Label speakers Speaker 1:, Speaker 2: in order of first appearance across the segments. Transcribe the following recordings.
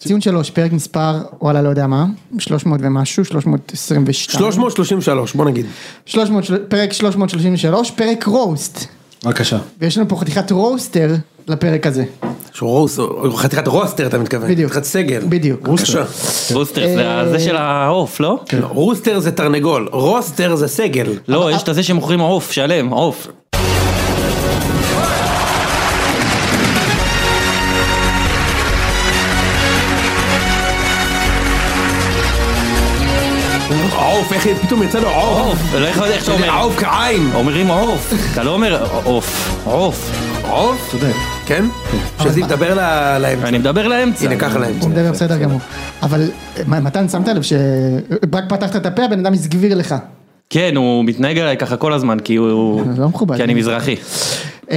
Speaker 1: ציון שלוש, פרק מספר, וואלה לא יודע מה, 300 ומשהו, 322.
Speaker 2: 333 בוא נגיד.
Speaker 1: 300, פרק 333, פרק רוסט.
Speaker 3: בבקשה.
Speaker 1: ויש לנו פה חתיכת רוסטר לפרק הזה.
Speaker 2: שהוא רוס, או חתיכת רוסטר אתה מתכוון.
Speaker 1: בדיוק.
Speaker 2: חתיכת סגל.
Speaker 1: בדיוק.
Speaker 2: בבקשה.
Speaker 4: רוסטר זה זה של העוף, לא?
Speaker 2: לא, רוסטר זה תרנגול, רוסטר זה סגל.
Speaker 4: לא, יש את הזה שמוכרים העוף, שלם, עוף.
Speaker 2: עוף, איך פתאום יצא לו עוף.
Speaker 4: עוף, לא יכול להיות איך אתה
Speaker 2: זה
Speaker 4: אומר.
Speaker 2: עוף כעין.
Speaker 4: אומרים עוף, אתה לא אומר עוף, עוף.
Speaker 2: עוף?
Speaker 3: צודק.
Speaker 2: כן? שזה ידבר ל- להם.
Speaker 4: אני מדבר לאמצע.
Speaker 2: הנה ככה להם.
Speaker 1: הוא מדבר בסדר גמור. אבל אה, מתן שמת לב שרק פתחת את הפה הבן אדם הסגביר לך.
Speaker 4: כן, הוא מתנהג עליי ככה כל הזמן, כי הוא...
Speaker 1: זה לא מכובד.
Speaker 4: כי אני מזרחי.
Speaker 1: אה,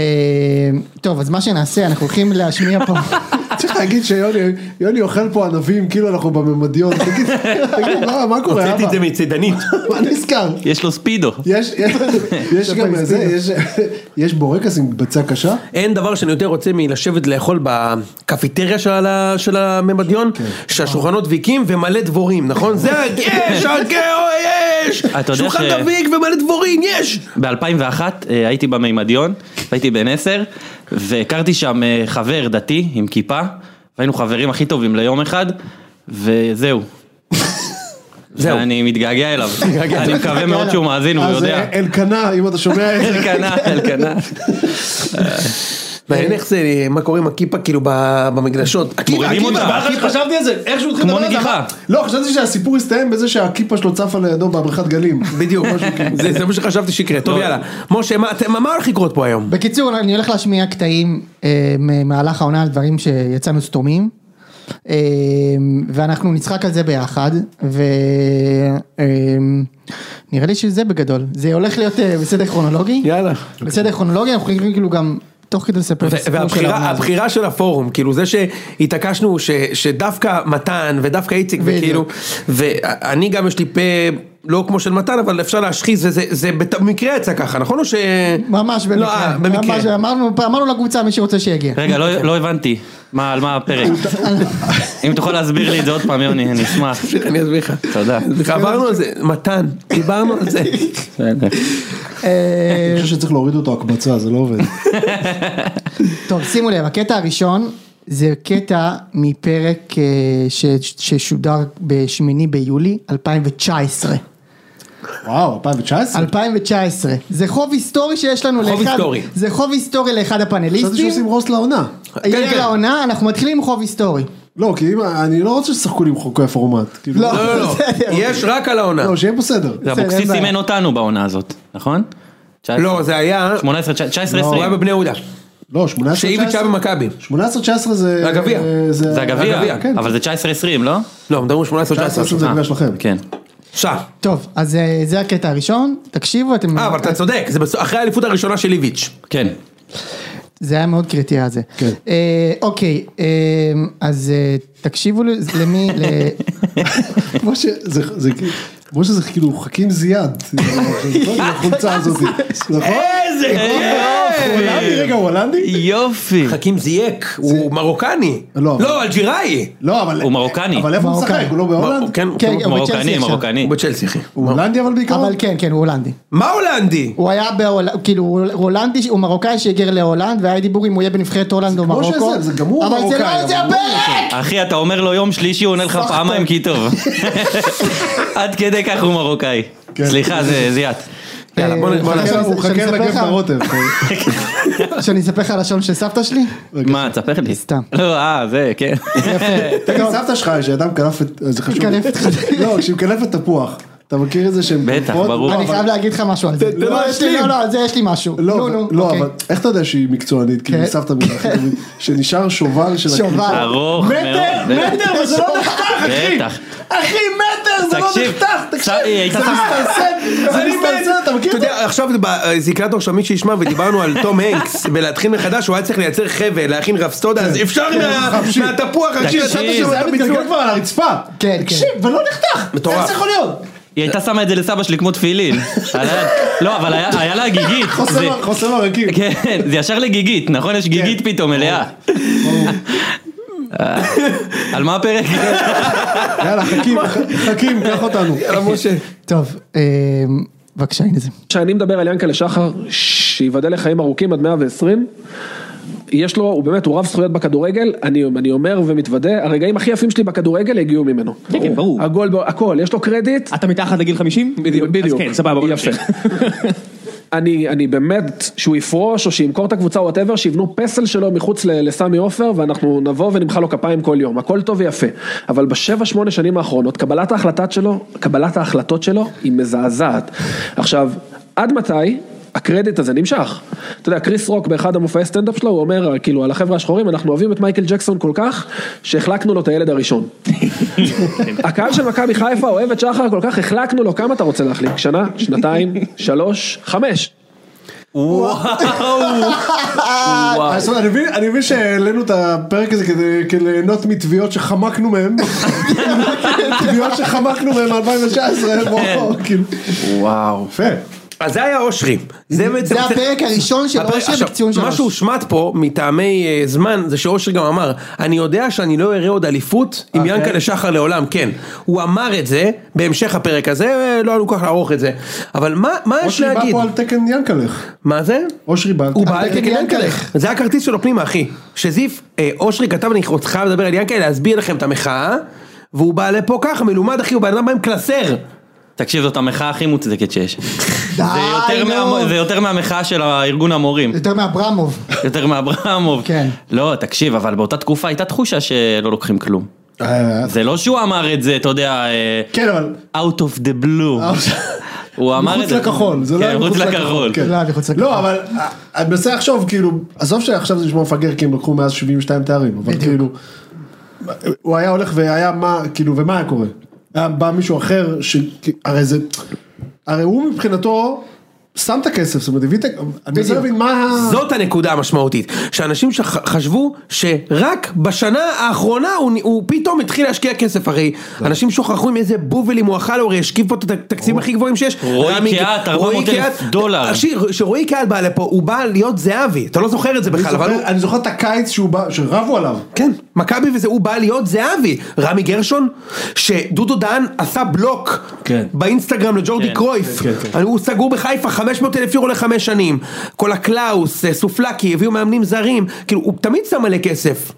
Speaker 1: טוב אז מה שנעשה אנחנו הולכים להשמיע פה.
Speaker 3: צריך להגיד שיוני יוני אוכל פה ענבים כאילו אנחנו בממדיון, תגיד, תגיד, מה- מה קורה
Speaker 2: הוצאתי
Speaker 3: אבא?
Speaker 2: את זה מצידנית.
Speaker 3: מה נזכר?
Speaker 4: יש לו ספידו.
Speaker 3: יש יש- יש גם
Speaker 1: אתה
Speaker 3: זה,
Speaker 1: מספיק.
Speaker 3: יש- יש בורקס עם בצע קשה?
Speaker 2: אין דבר שאני יותר רוצה מלשבת לאכול בקפיטריה של ה- של הממדיון, שהשולחנות ויקים ומלא דבורים, נכון? זה ה- כן. יש, הגאו, יש!
Speaker 4: אתה יודע
Speaker 2: שולחן
Speaker 4: ש-
Speaker 2: דביק ומלא דבורים, יש!
Speaker 4: ב-2001 אה, הייתי במימדיון, והייתי בן 10, והכרתי שם אה, חבר דתי עם כיפה, והיינו חברים הכי טובים ליום אחד, וזהו.
Speaker 2: זהו.
Speaker 4: ואני מתגעגע אליו. אני מקווה מאוד שהוא מאזין, הוא
Speaker 3: אז
Speaker 4: יודע.
Speaker 3: אה, אלקנה, אם אתה שומע,
Speaker 4: אלקנה, אלקנה.
Speaker 2: מעניין איך זה, מה קורה עם הכיפה כאילו ב- במקדשות. הכיפה,
Speaker 4: מורידים
Speaker 2: הכיפה,
Speaker 4: אותה.
Speaker 2: הכיפה.
Speaker 3: חשבתי על זה, איך שהוא התחיל
Speaker 4: כמו
Speaker 3: לדבר על זה,
Speaker 4: נגיחה.
Speaker 3: אמר- לא, חשבתי שהסיפור הסתיים בזה שהכיפה שלו צפה לידו בבריכת גלים.
Speaker 2: בדיוק, זה זה מה שחשבתי שיקרה, טוב יאללה. משה, מה אתם- מה הולך לקרות פה היום?
Speaker 1: בקיצור אני הולך להשמיע קטעים אה, ממהלך העונה על דברים שיצאנו סתומים. אה, ואנחנו נצחק על זה ביחד ונראה לי שזה בגדול זה הולך להיות אה, בסדר כרונולוגי
Speaker 2: יאללה.
Speaker 1: בסדר כרונולוגי אנחנו יכולים כאילו גם תוך כדי לספר את הסיפור של העונה
Speaker 2: והבחירה
Speaker 1: הזאת.
Speaker 2: הבחירה של הפורום, כאילו זה שהתעקשנו ש, שדווקא מתן ודווקא איציק
Speaker 1: בדיוק.
Speaker 2: וכאילו, ואני גם יש לי פה לא כמו של מתן אבל אפשר להשחיז וזה זה בת- במקרה יצא ככה נכון או ש...
Speaker 1: ממש
Speaker 2: לא,
Speaker 1: במקרה,
Speaker 2: אה, במקרה.
Speaker 1: ממש, אמרנו, אמרנו לקבוצה מי שרוצה שיגיע.
Speaker 4: רגע, לא לא הבנתי. מה, על מה הפרק? אם תוכל להסביר לי את זה עוד פעם, יוני, אני אשמח.
Speaker 2: אני אסביר לך.
Speaker 4: תודה.
Speaker 2: עברנו על זה, מתן, דיברנו על זה.
Speaker 1: אה,
Speaker 3: אני חושב שצריך להוריד אותו הקבצה, זה לא עובד.
Speaker 1: טוב שימו לב הקטע הראשון זה קטע מפרק אה, ש- ששודר בשמיני ביולי 2019.
Speaker 3: וואו, 2019?
Speaker 1: 2019 זה חוב היסטורי שיש לנו
Speaker 2: חוב
Speaker 1: לאחד,
Speaker 2: היסטורי.
Speaker 1: זה חוב היסטורי לאחד
Speaker 3: חשבתי שעושים
Speaker 1: הפאנליסטים.
Speaker 3: רוס לעונה.
Speaker 2: כן,
Speaker 1: יהיה
Speaker 2: כן.
Speaker 1: לעונה אנחנו מתחילים עם חוב היסטורי.
Speaker 3: לא, כי אם, אני לא רוצה שתשחקו לי עם חוקי הפורמט. כאילו,
Speaker 1: לא.
Speaker 2: לא, לא, לא,
Speaker 1: בסדר.
Speaker 2: יש רק על העונה.
Speaker 3: לא,
Speaker 4: אה.
Speaker 3: שיהיה פה סדר.
Speaker 4: זה אבוקסיס
Speaker 1: אין בעיה.
Speaker 4: אימן אותנו בעונה הזאת, נכון?
Speaker 2: לא, זה היה,
Speaker 4: 18, 19,
Speaker 2: הוא היה
Speaker 4: 20.
Speaker 2: בבני יהודה.
Speaker 3: לא, 18
Speaker 2: שאיביץ' היה
Speaker 3: 19
Speaker 2: במכבי.
Speaker 3: 18 19 זה...
Speaker 2: זה הגביע.
Speaker 3: אה,
Speaker 4: זה הגביע,
Speaker 2: הגביע,
Speaker 3: כן.
Speaker 4: אבל זה 19, 20, לא?
Speaker 2: לא, מדברים 18
Speaker 3: 19
Speaker 2: 19.
Speaker 3: זה
Speaker 4: אה,
Speaker 3: הגביע שלכם.
Speaker 4: כן.
Speaker 2: שעה.
Speaker 1: טוב אז אה, זה הקטע הראשון תקשיבו אתם
Speaker 2: אה, אבל אתה צודק, זה בסוף- אחרי האליפות הראשונה של איביץ'.
Speaker 4: כן.
Speaker 1: זה היה מאוד קריטי הזה.
Speaker 3: כן.
Speaker 1: אה, אוקיי אה, אז אה, תקשיבו לזה- למי ל-
Speaker 3: כמו שזה זה כאילו- כמו שזה כאילו חכים זיאד. עם החולצה הזאת.
Speaker 4: אה,
Speaker 3: נכון? אה,
Speaker 2: איזה
Speaker 3: הולנדי? רגע, הוא הולנדי?
Speaker 4: יופי.
Speaker 2: חכים זייק, הוא מרוקני.
Speaker 3: לא, אבל-
Speaker 2: לא, אלג'יראי.
Speaker 3: לא, אבל...
Speaker 4: הוא מרוקני.
Speaker 3: אבל איפה הוא משחק?
Speaker 1: מרוקני.
Speaker 3: הוא לא
Speaker 2: הוא-
Speaker 3: בהולנד?
Speaker 2: כן, הוא-
Speaker 1: כן, הוא בצ'לסי
Speaker 4: מרוקני,
Speaker 1: עכשיו.
Speaker 4: מרוקני.
Speaker 2: הוא בצ'לסי, אחי.
Speaker 3: הוא הולנדי אבל בעיקרון?
Speaker 1: אבל כן, כן, הוא הולנדי.
Speaker 2: מה הולנדי?
Speaker 1: הוא היה בהולנד, כאילו, הוא הולנדי, הוא מרוקאי שהיגר להולנד, והיה דיבור אם הוא יהיה בנבחרת הולנד או
Speaker 3: כמו
Speaker 1: מרוקו.
Speaker 3: שזה, זה גם הוא
Speaker 1: אבל זה
Speaker 3: מרוקאי,
Speaker 1: לא
Speaker 3: אבל
Speaker 1: זה
Speaker 3: הוא
Speaker 1: הפרק!
Speaker 4: אחי, אתה אומר לו יום שלישי, הוא עונה לך
Speaker 1: סחטן.
Speaker 4: פעמיים כי טוב. עד כדי כך הוא מרוקאי.
Speaker 3: כן.
Speaker 4: סליחה, זה זיאת.
Speaker 2: יאללה, בוא נ- בוא
Speaker 1: אה,
Speaker 2: נעשה.
Speaker 1: שאני-
Speaker 3: הוא
Speaker 1: שאני
Speaker 3: מחכה
Speaker 1: אספר
Speaker 3: לגב
Speaker 1: לך?
Speaker 3: ברוטב.
Speaker 1: שאני אספר לך על השעון של סבתא שלי?
Speaker 4: מה, תספר לי.
Speaker 1: סתם.
Speaker 4: לא, אה, זה, כן.
Speaker 3: תגיד, סבתא שלך, שאדם קלף את... זה חשוב.
Speaker 1: קלף את-
Speaker 3: לא, כשהיא מקלפת תפוח. אתה מכיר את זה שהם...
Speaker 4: בטח,
Speaker 3: קולפות?
Speaker 4: ברור.
Speaker 1: אני חייב להגיד לך משהו על לא, זה.
Speaker 3: תן לו
Speaker 1: לא, יש לי-
Speaker 3: להשלים.
Speaker 1: לא, לא, על זה יש לי משהו. נו,
Speaker 3: לא,
Speaker 1: נו,
Speaker 3: לא,
Speaker 1: אוקיי.
Speaker 3: אבל איך אתה יודע שהיא מקצוענית? כאילו,
Speaker 1: כן.
Speaker 3: היא סבתא מזרחית, שנשאר שובל של
Speaker 1: שובל.
Speaker 3: הקליפה.
Speaker 4: ארוך מאוד. זה-
Speaker 3: וזה לא נחתך,
Speaker 4: בטח.
Speaker 3: אחי, מטר,
Speaker 4: תקשיב, צ- היא הייתה
Speaker 3: זה מסתלסל, אתה מכיר
Speaker 2: אתה
Speaker 3: את זה?
Speaker 2: יודע, עכשיו ב- זה יקלט עכשיו מי שישמע ודיברנו על תום הנקס ולהתחיל מחדש, הוא היה צריך לייצר חבל, להכין רפסטודה, אז אפשר מה-
Speaker 3: חפשי.
Speaker 2: מהתפוח, רק
Speaker 4: תקשיב,
Speaker 2: שיצאת
Speaker 4: זה
Speaker 2: שם
Speaker 3: זה
Speaker 2: את
Speaker 3: היה
Speaker 2: הביצוע.
Speaker 3: מתגלגל כבר על הרצפה.
Speaker 1: כן,
Speaker 3: תקשיב, ולא נחתך.
Speaker 2: מטורף.
Speaker 3: איך זה יכול להיות?
Speaker 4: היא הייתה שמה את זה לסבא שלי כמו תפילין. על היד. לא, אבל היה היה לה גיגית. זה-
Speaker 3: חוסם- חוסם הרקיב. כן.
Speaker 4: כן, זה ישר לגיגית, נכון? יש גיגית פתאום מלאה. על מה הפרק?
Speaker 3: יאללה, חכים, חכים, קח אותנו.
Speaker 2: יאללה משה.
Speaker 1: טוב, אה, בבקשה, הנה זה.
Speaker 5: כשאני מדבר על ינקלה שחר, שייבדל לחיים ארוכים עד 120, יש לו, הוא באמת, הוא רב זכויות בכדורגל, אני, אני אומר ומתוודה, הרגעים הכי יפים שלי בכדורגל הגיעו ממנו.
Speaker 6: כן, כן, ברור.
Speaker 5: הגול, ב- הכל, יש לו קרדיט,
Speaker 6: אתה מתחת לגיל 50?
Speaker 5: בדיוק, בדיוק.
Speaker 6: אז כן, סבבה, בוא
Speaker 5: יפה.
Speaker 6: נמשיך.
Speaker 5: אני, אני באמת, שהוא יפרוש או שימכור את הקבוצה וואטאבר, שיבנו פסל שלו מחוץ ל- לסמי עופר ואנחנו נבוא ונמחא לו כפיים כל יום, הכל טוב ויפה. אבל בשבע שמונה שנים האחרונות, קבלת ההחלטות שלו, קבלת ההחלטות שלו היא מזעזעת. עכשיו, עד מתי? הקרדיט הזה נמשך. אתה יודע, קריס רוק באחד המופעי סטנדאפ שלו, הוא אומר, כאילו, על החבר'ה השחורים, אנחנו אוהבים את מייקל ג'קסון כל כך, שהחלקנו לו את הילד הראשון. הקהל של מכבי חיפה אוהב את שחר כל כך, החלקנו לו, כמה אתה רוצה להחליק? שנה, שנתיים, שלוש, חמש.
Speaker 3: אז אני מבין- אני מבין שהעלינו את הפרק הזה כדי כדי ליהנות מתביעות שחמקנו מהם. תביעות שחמקנו מהם מ-2019, וואו, כאילו. וואו. יפה.
Speaker 2: אז זה היה אושרי. זה בעצם-
Speaker 1: זה הפרק הראשון של
Speaker 2: הפרק-
Speaker 1: אושרי
Speaker 2: עכשיו,
Speaker 1: בקציון שלוש.
Speaker 2: מה שהושמט פה מטעמי אה, זמן זה שאושרי גם אמר אני יודע שאני לא אראה עוד אליפות עם ינקלה שחר לעולם כן הוא אמר את זה בהמשך הפרק הזה אה, לא היה לנו כל כך לערוך את זה אבל מה מה יש
Speaker 3: אושרי בא
Speaker 2: להגיד
Speaker 3: פה על תקן ינקלך.
Speaker 2: מה זה
Speaker 3: אושרי בא על
Speaker 2: הוא
Speaker 3: תקן-
Speaker 2: בא על תקן ינקלך זה היה כרטיס שלו פנימה אחי שזיף אה, אושרי כתב אני עוד חייב לדבר על ינקלה להסביר לכם את המחאה והוא בא לפה ככה מלומד אחי הוא בן אדם בא עם קלסר
Speaker 4: תקשיב, זאת המחאה הכי מוצדקת שיש.
Speaker 1: די,
Speaker 4: זה
Speaker 3: אה,
Speaker 4: יותר
Speaker 1: נו.
Speaker 4: מה- זה יותר מהמחאה של ארגון המורים.
Speaker 1: יותר מאברמוב.
Speaker 4: יותר מאברמוב.
Speaker 1: כן.
Speaker 4: לא, תקשיב, אבל באותה תקופה הייתה תחושה שלא לוקחים כלום.
Speaker 3: אה,
Speaker 4: זה לא שהוא אמר את זה, אתה יודע, אה,
Speaker 3: כן, אבל...
Speaker 4: out of the blue. הוא אמר את
Speaker 3: מחוץ
Speaker 4: זה.
Speaker 3: לכחול, זה לא
Speaker 4: כן,
Speaker 3: היה
Speaker 4: מחוץ לכחול.
Speaker 3: כן.
Speaker 1: לא היה מחוץ לכחול.
Speaker 3: לא, אבל אה, אני מנסה לחשוב, כאילו, עזוב שעכשיו זה נשמע מפגר כי הם לקחו מאז 72 תארים, אבל כאילו, הוא היה הולך והיה מה, כאילו, ומה היה קורה? היה בא מישהו אחר, ש- כי- הרי זה, הרי הוא מבחינתו, שם את הכסף, זאת אומרת, הביא את ה... אני מנסה להבין מה... ה-
Speaker 2: זאת הנקודה המשמעותית, שאנשים שחשבו שרק בשנה האחרונה הוא, נ- הוא פתאום התחיל להשקיע כסף, הרי אנשים שוכחו עם איזה בובלים הוא אכל, הוא הרי השכיב פה את התקציבים הכי גבוהים שיש.
Speaker 4: רועי
Speaker 2: רמי-
Speaker 4: קהת,
Speaker 2: רועי
Speaker 4: 400,000
Speaker 2: קהת-
Speaker 4: דולר.
Speaker 2: תקשיב, כשרועי קהת בא לפה, הוא בא להיות זהבי, אתה לא זוכר את זה
Speaker 3: אני
Speaker 2: בכלל, אבל הוא...
Speaker 3: זוכר- אני זוכר את הקיץ שהוא בא, שרבו עליו.
Speaker 2: כן, מכבי וזה, הוא בא להיות זהבי. רמי גרשון, שדודו דהן עשה בלוק
Speaker 3: כן.
Speaker 2: באינסטגרם לג'ורדי
Speaker 4: כן,
Speaker 2: קרויף.
Speaker 3: כן, כן, כן.
Speaker 2: הוא סגור בחיפה 500 אלף יורו לחמש שנים. כל הקלאוס, אה, סופלקי, הביאו מאמנים זרים. כאילו, הוא תמיד שם מלא כסף.